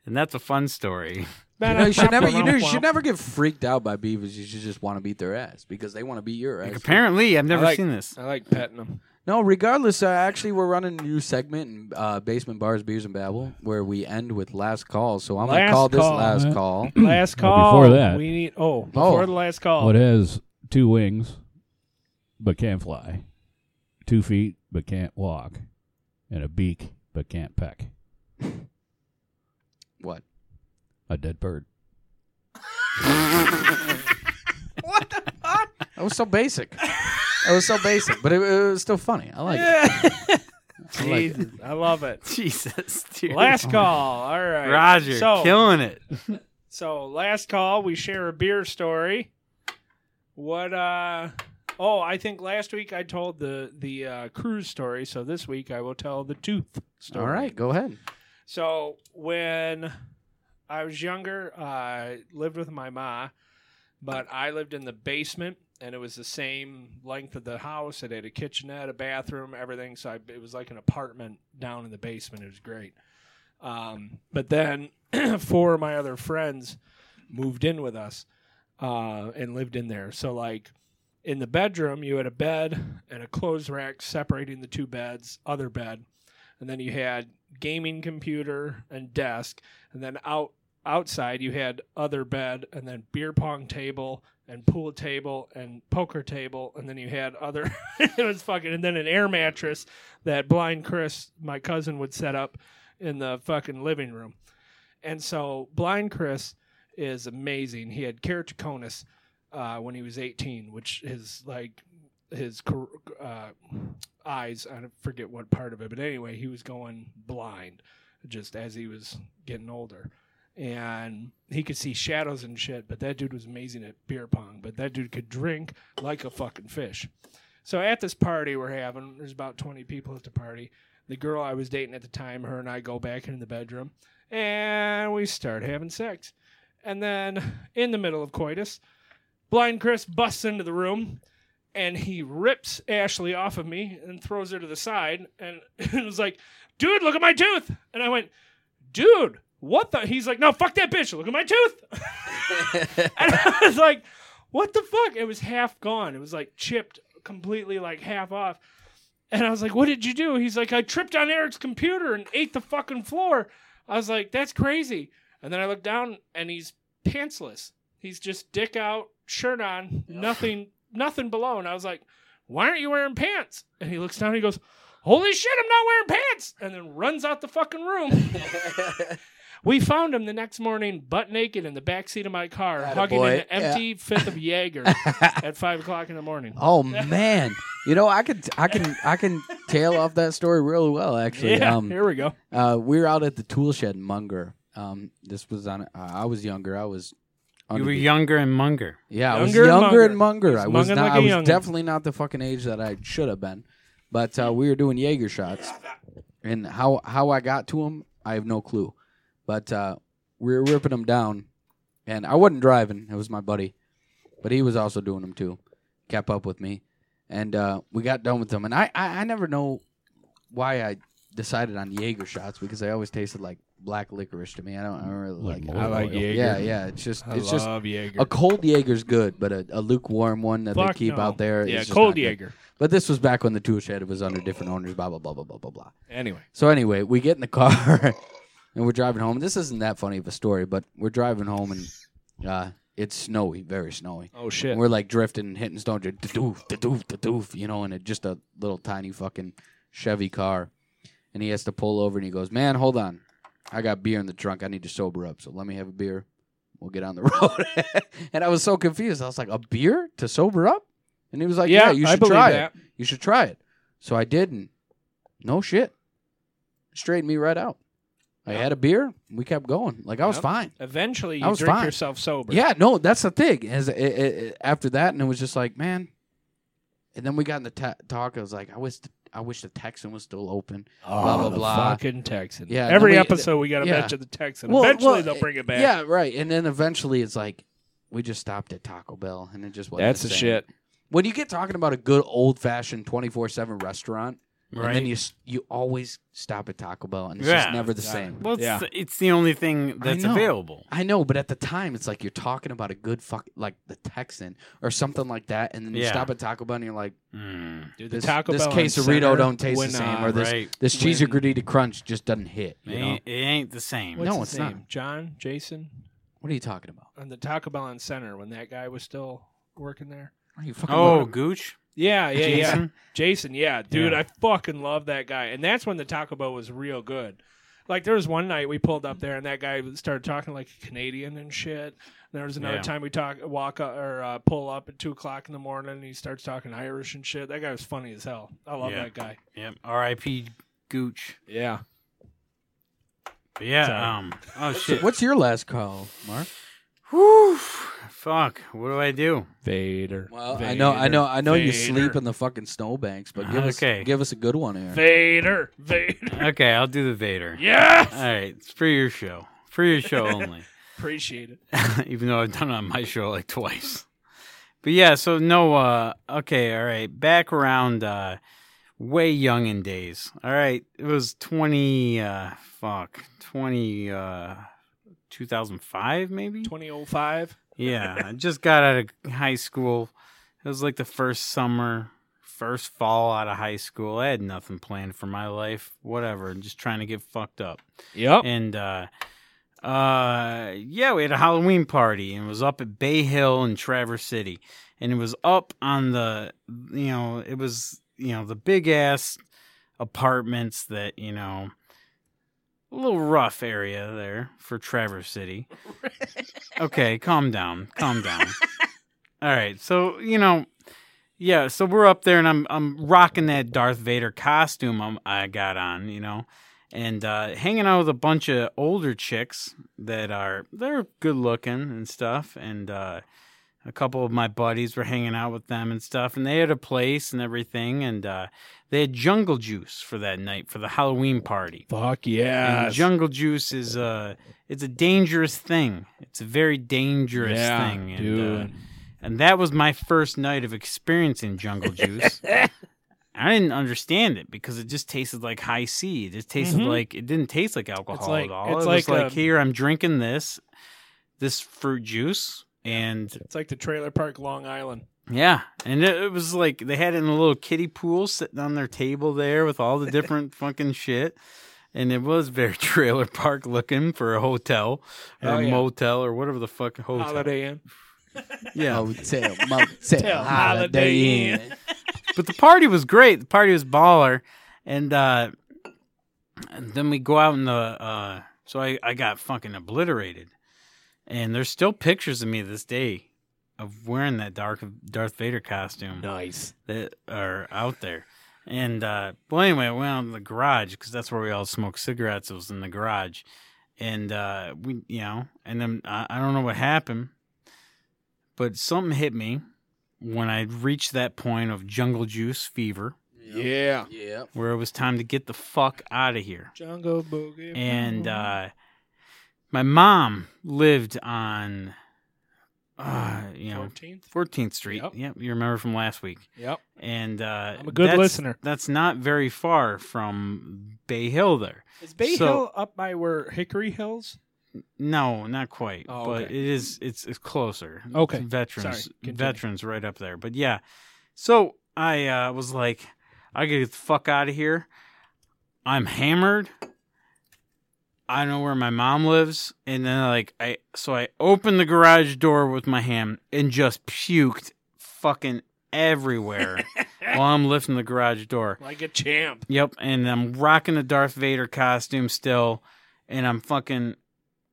D: and that's a fun story.
C: (laughs)
E: You, know, you should never. You, do, you should never get freaked out by beavers. You should just want to beat their ass because they want to beat your ass.
D: Apparently, I've never
C: like-
D: seen this. (laughs)
C: I like petting them.
E: No, regardless, uh, actually, we're running a new segment in uh, Basement Bars, Beers, and Babble where we end with last call. So I'm going to
C: Last
E: call this
C: call.
E: last
F: Alright.
C: (clears throat)
E: call.
C: Last
F: (clears throat) Well,
C: call.
F: before that-
C: we need. Oh, before
E: Oh.
C: the last call. (laughs)
F: Well, it has two wings, but can't fly, two feet, but can't walk, and a beak, but can't peck.
E: What?
F: A dead bird.
E: That was so basic. that was so basic, but it, it was still funny. I like it.
C: Jesus, I love it.
D: Jesus, dude.
C: Last call. All right.
D: Roger,
C: So,
D: killing it.
C: so last call. We share a beer story. What? uh Oh, I think last week I told the the uh, cruise story. So this week I will tell the tooth story.
E: All right, go ahead.
C: So when I was younger, I lived with my ma, but I lived in the basement, and it was the same length of the house. It had a kitchenette, a bathroom, everything. So I, it was like an apartment down in the basement. It was great. Um, but then (clears throat) four of my other friends moved in with us uh, and lived in there. So like in the bedroom, you had a bed and a clothes rack separating the two beds, other bed, and then you had gaming computer and desk, and then out outside you had other bed and then beer pong table and pool table and poker table and then you had other (laughs) it was fucking and then an air mattress that blind Chris my cousin would set up in the fucking living room. And so blind Chris is amazing. He had keratoconus uh, when he was 18, which is like his cor- uh, eyes. I don't forget what part of it, but anyway, he was going blind just as he was getting older. And he could see shadows and shit, but that dude was amazing at beer pong. But that dude could drink like a fucking fish. So at this party we're having, there's about 20 people at the party. The girl I was dating at the time, her and I go back into the bedroom and we start having sex. And then in the middle of coitus, blind Chris busts into the room and he rips Ashley off of me and throws her to the side and (laughs) it was like, dude, look at my tooth. And I went, dude, what the? He's like, no, fuck that bitch. Look at my tooth. (laughs) and I was like, what the fuck? It was half gone. It was like chipped completely, like half off. And I was like, what did you do? He's like, I tripped on Eric's computer and ate the fucking floor. I was like, that's crazy. And then I look down and he's pantsless. He's just dick out, shirt on, nothing, nothing below. And I was like, why aren't you wearing pants? And he looks down and he goes, holy shit, I'm not wearing pants. And then runs out the fucking room. we found him the next morning, butt naked in the backseat of my car, hugging
E: boy.
C: an empty fifth of
E: (laughs)
C: Jaeger at five o'clock in the morning.
E: Oh man, you know I could I can I can tail off that story really well actually.
C: yeah,
E: um,
C: here we go.
E: uh, we were out at the tool shed in Munger. Um, this was on. Uh, I was younger. I was.
D: You
E: under
D: were
E: the-
D: younger and munger.
E: Yeah, I was
C: Younger and
E: younger
C: Munger.
E: and Munger.
C: He's
E: I was
C: munging
E: not.
C: like a
E: I was
C: youngin'.
E: definitely not the fucking age that I should have been. But uh, we were doing Jaeger shots, and how how I got to them, I have no clue. But uh, we were ripping them down, and I wasn't driving. It was my buddy, but he was also doing them too. Kept up with me, and uh, we got done with them. And I, I, I never know why I decided on Jaeger shots because they always tasted like black licorice to me. I don't, I don't really
F: Like
E: like. it.
F: mold.
G: I like
F: Oil.
G: Jaeger.
E: Yeah, yeah. It's just,
G: I
E: it's just
G: love Jaeger.
E: a cold Jaeger's good, but a, a lukewarm one that
C: Fuck
E: they keep
C: no.
E: out there. is
C: Yeah,
E: just
C: cold
E: not good.
C: Jaeger.
E: But this was back when the tool shed was under different owners. Blah blah blah blah blah blah blah.
G: Anyway,
E: So anyway, we get in the car (laughs) and we're driving home. This isn't that funny of a story, but we're driving home and uh, it's snowy, very snowy.
G: oh shit.
E: And we're like drifting and hitting stone, just doof, doof, doof, you know, in a, just a little tiny fucking Chevy car. And he has to pull over and he goes, "Man, hold on, I got beer in the trunk. I need to sober up. So let me have a beer. We'll get on the (laughs) road." and I was so confused. I was like, "A beer to sober up?" And he was like, "Yeah, you
G: I
E: should
G: believe
E: try it."
G: that.
E: You should try it. So I did, and no shit. Straightened me right out. I had a beer. and We kept going. Like, I was
C: Yep.
E: fine.
C: Eventually,
E: I
C: you
E: was
C: drink
E: fine.
C: yourself sober.
E: Yeah, no, that's the thing. As it, it, it- after that, and it was just like, man. And then we got in the ta- talk. I was like, I wish, the, I wish the Texan was still open. blah blah blah.
G: Fucking Texan.
E: Yeah. and
C: Every
E: then we-
C: episode, we got to
E: yeah.
C: mention the Texan.
E: Well,
C: Eventually,
E: well,
C: they'll bring it back.
E: Yeah, right. And then eventually, it's like we just stopped at Taco Bell, and it just wasn't
G: That's
E: the
G: the
E: same.
G: shit.
E: When you get talking about a good old fashioned twenty four seven restaurant, and
D: Right.
E: then you s- you always stop at Taco Bell, and it's
D: Yeah.
E: just never the same.
D: well, it's,
G: Yeah.
D: it's the only thing
E: I
D: that's
E: know.
D: available.
E: I know, but at the time, it's like you're talking about a good fuck, like the Texan or something like that, and then you
D: Yeah.
E: stop at Taco Bell and you're like,
D: Mm,
C: Dude, the
E: this,
C: Taco
E: this
C: Bell on
E: quesarito
C: Center,
E: don't taste
C: when,
E: the same,
C: uh,
E: or this
D: right.
E: this cheesy
C: when-
E: gordita crunch just doesn't hit.
D: It
E: You know?
D: ain't, it ain't the same.
C: What's
E: No,
C: his
E: it's not.
C: name? John, Jason,
E: What are you talking about?
C: on the Taco Bell on Center when that guy was still working there.
E: Are you fucking?
D: Oh,
E: loaded?
D: Gooch.
C: Yeah, yeah, yeah.
D: Jason?
C: Jason, yeah, dude,
D: Yeah.
C: I fucking love that guy, and that's when the Taco Bell was real good. Like there was one night we pulled up there, and that guy started talking like a Canadian and shit. And there was another
D: Yeah.
C: time we talk walk up, or uh, pull up at two o'clock in the morning, and he starts talking Irish and shit. That guy was funny as hell. I love
D: Yeah.
C: that guy.
D: Yep. R.I.P. Gooch.
C: Yeah,
D: But yeah.
C: Sorry.
D: Um. Oh shit.
E: What's your last call, Mark?
D: Whew. Fuck. What do I do?
C: Vader.
E: Well, I know, I know, I know you sleep in the fucking snowbanks, but give
D: Okay.
E: us give us a good one here.
C: Vader. Vader. (laughs)
D: Okay, I'll do the Vader.
C: Yes.
D: All right. It's for your show. For your show only. (laughs)
C: Appreciate it.
D: even though I've done it on my show like twice. But yeah, so no, uh, okay, all right, back around, uh, way young in days. All right, it was twenty, uh, fuck, twenty, uh, two thousand five, maybe.
C: Twenty oh five.
D: Yeah, I just got out of high school. It was like the first summer, first fall out of high school. I had nothing planned for my life, whatever, just trying to get fucked up.
C: Yep.
D: And uh uh yeah, we had a Halloween party and it was up at Bay Hill in Traverse City. And it was up on the you know, it was you know, the big ass apartments that, you know, a little rough area there for Traverse City. okay, calm down. Calm down. All right. So, you know, yeah, so we're up there and I'm I'm rocking that Darth Vader costume I'm, I got on, you know and uh, hanging out with a bunch of older chicks that are they're good looking and stuff and uh, a couple of my buddies were hanging out with them and stuff and they had a place and everything and uh, they had jungle juice for that night for the halloween party
G: Fuck
D: And
G: yeah.
D: jungle juice is a it's a dangerous thing it's a very dangerous
G: yeah,
D: thing and,
G: dude.
D: uh, and that was my first night of experiencing
C: (laughs)
D: jungle juice. I didn't understand it because it just tasted like high C. It just tasted
C: Mhm.
D: like it didn't taste like alcohol
C: like-
D: at all.
C: it's
D: it was
C: like,
D: like
C: um,
D: here I'm drinking this this fruit juice and
C: It's like the trailer park Long Island.
D: yeah, and it, it was like they had it in a little kiddie pool sitting on their table there with
C: (laughs)
D: all the different fucking shit. And it was very (laughs) trailer park looking for a hotel or
C: Hell
D: a
C: Oh, yeah.
D: motel or whatever the fuck
E: Oh,
D: hotel.
C: Holiday Inn.
D: Yeah.
E: Hotel,
C: Holiday
E: motel, holiday inn.
D: but the party was great. The party was baller, and uh, and then we go out in the. Uh, so I I got fucking obliterated, and there's still pictures of me this day of wearing that dark Darth Vader costume
G: nice.
D: that are out there. And uh, well, anyway, I went out in the garage because that's where we all smoked cigarettes. It was in the garage, and uh, we, you know, and then I, I don't know what happened, but something hit me when I reached that point of jungle juice fever,
G: Yeah.
E: Yeah.
D: where it was time to get the fuck out of here uh,
C: Jungle Boogie.
D: and uh, my mom lived on uh, you know,
C: 14th?
D: 14th Street.
C: Yep.
D: Yep. you remember from last week.
C: Yep.
D: And uh,
C: I'm a good
D: that's-
C: listener.
D: That's not very far from Bay Hill there.
C: Is Bay
D: So-
C: Hill up by where Hickory Hills?
D: No, not quite.
C: Oh,
D: but
C: okay.
D: it is it's, it's closer.
C: Okay.
D: It's Veterans
C: Sorry. Continue.
D: veterans right up there. But yeah. So I uh, was like, I gotta get the fuck out of here. I'm hammered. I know where my mom lives. And then like I so I opened the garage door with my hand and just puked fucking
C: (laughs)
D: everywhere while I'm lifting the garage door.
C: Like a champ.
D: Yep, and I'm rocking the Darth Vader costume still, and I'm fucking.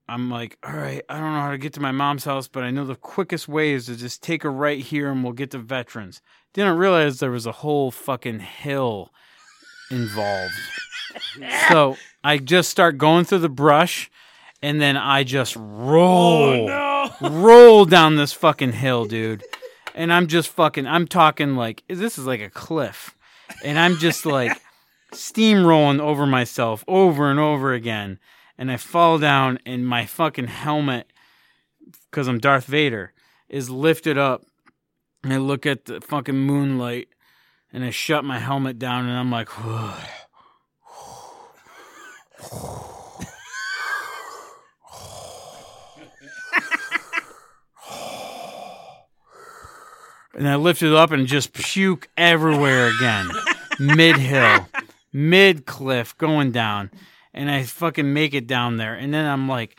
D: I'm like, all right, I don't know how to get to my mom's house, but I know the quickest way is to just take her right here and we'll get to veterans. Didn't realize there was a whole fucking hill involved. so I just start going through the brush and then I just roll roll down this fucking hill, dude. And I'm just fucking, I'm talking like, this is like a cliff. And I'm just like steamrolling over myself over and over again. And I fall down, and my fucking helmet, because I'm Darth Vader, is lifted up. And I look at the fucking moonlight, and I shut my helmet down, and I'm like, and I lift it up and just puke everywhere again, mid hill, mid cliff, going down, and I fucking make it down there, and then I'm like,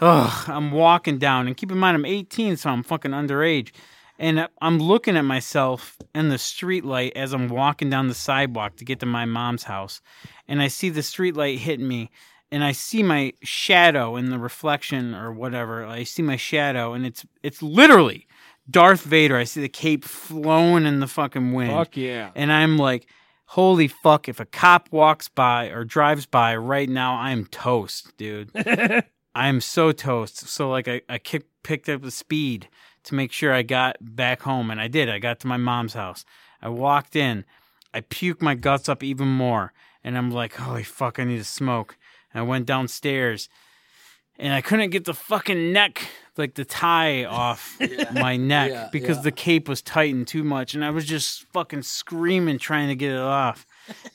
D: ugh, I'm walking down, and keep in mind I'm 18, so I'm fucking underage, and I- I'm looking at myself in the streetlight as I'm walking down the sidewalk to get to my mom's house, and I see the streetlight hitting me. And I see my shadow in the reflection or whatever. I see my shadow, and it's it's literally Darth Vader. I see the cape flowing in the fucking wind.
C: Fuck yeah.
D: And I'm like, holy fuck, if a cop walks by or drives by right now, I'm toast, dude. I'm so toast. So like I, I kick, picked up the speed to make sure I got back home and I did. I got to my mom's house. I walked in. I puked my guts up even more and I'm like, holy fuck, I need to smoke. And I went downstairs and I couldn't get the fucking neck, like the
E: (laughs)
D: tie off my neck
E: Yeah,
D: because
E: yeah.
D: the cape was tightened too much. And I was just fucking screaming trying to get it off.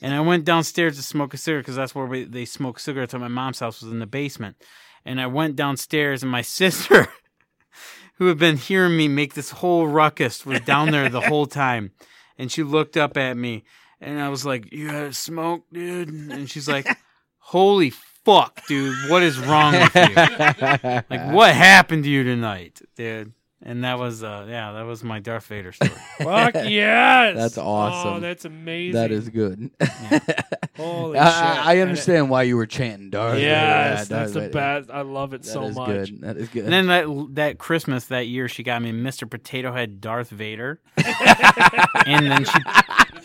D: and I went downstairs to smoke a cigarette because that's where we, they smoke cigarettes at my mom's house, was in the basement. And I went downstairs and my (laughs) sister, who had been hearing me make this whole ruckus, was down there the whole time. And she looked up at me and I was like, You gotta smoke, dude? And she's like, Holy fuck, dude, what is wrong with you? Like, what happened to you tonight, dude? And that was, uh, yeah, that was my Darth Vader story.
C: (laughs)
E: (laughs)
C: Fuck yes.
E: That's awesome.
C: Oh, that's amazing.
E: That is good. (laughs)
C: Holy shit.
E: I, I
C: And it-
E: understand why you were chanting Darth. Vader. Yeah,
C: Yes,
E: Darth
C: that's the
E: Vader.
C: best. I love it
E: That
C: so
E: is
C: much.
E: good. That is good.
D: and then that that Christmas that year, she got me Mr. Potato Head Darth Vader, and then she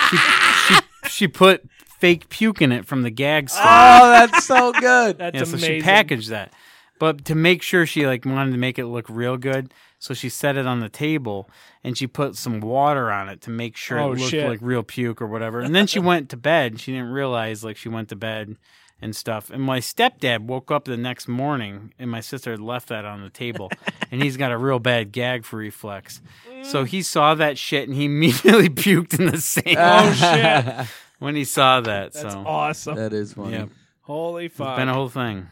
D: she, she she put fake puke in it from the gag store.
E: (laughs) oh, that's so
C: (laughs)
E: good.
C: That's
D: yeah, so
C: amazing.
D: she packaged that. But to make sure she like wanted to make it look real good, so she set it on the table and she put some water on it to make sure
C: Oh,
D: it looked
C: shit.
D: like real puke or whatever. And
C: (laughs)
D: then she went to bed. She didn't realize like she went to bed and stuff. And my stepdad woke up the next morning and my sister had left that on the
C: (laughs)
D: table. and he's got a real bad gag for reflex. So
C: Mm.
D: he saw that shit and he (laughs) immediately puked in the sink
C: Oh
E: (laughs)
C: shit.
D: when he saw that.
C: That's
D: so
C: awesome.
E: That is funny.
D: Yeah.
C: Holy
D: it's
C: fuck.
D: been a whole thing.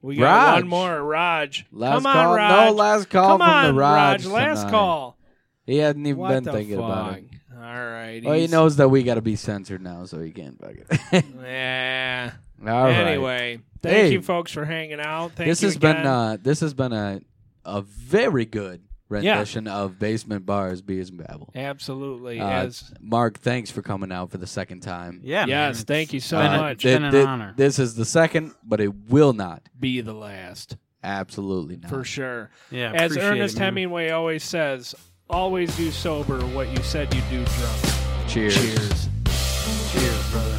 C: we got
E: Raj.
C: one more, Raj.
E: Last
C: Come on,
E: call.
C: Raj.
E: No, last call
C: Come
E: from
C: on,
E: the Raj.
C: Last
E: tonight.
C: call.
E: He hadn't even
C: What
E: been
C: the
E: thinking
C: fuck?
E: about it.
C: All right.
E: Well, he
C: he's-
E: knows that we got to be censored now, so he can't fuck it. (laughs)
C: Yeah.
E: All right.
C: anyway, thank
E: Hey.
C: you folks for hanging out. Thank
E: this
C: you
E: has been
C: again.
E: uh, this has been a a very good rendition of Basement Bars, Beers and Babble.
C: absolutely
E: Uh,
C: yes.
E: Mark, thanks for coming out for the second time.
D: Yeah. man,
C: yes,
D: it's-
C: thank you so
D: been a-
C: much.
D: thi- been
E: thi-
D: an
E: thi-
D: honor.
E: This is the second, but it will not.
C: Be the last
E: Absolutely not.
C: for sure.
D: Yeah,
C: As
D: appreciate
C: Ernest
D: it, man.
C: Hemingway always says, always do sober what you said you'd do drunk.
E: Cheers.
C: Cheers. Cheers, brother.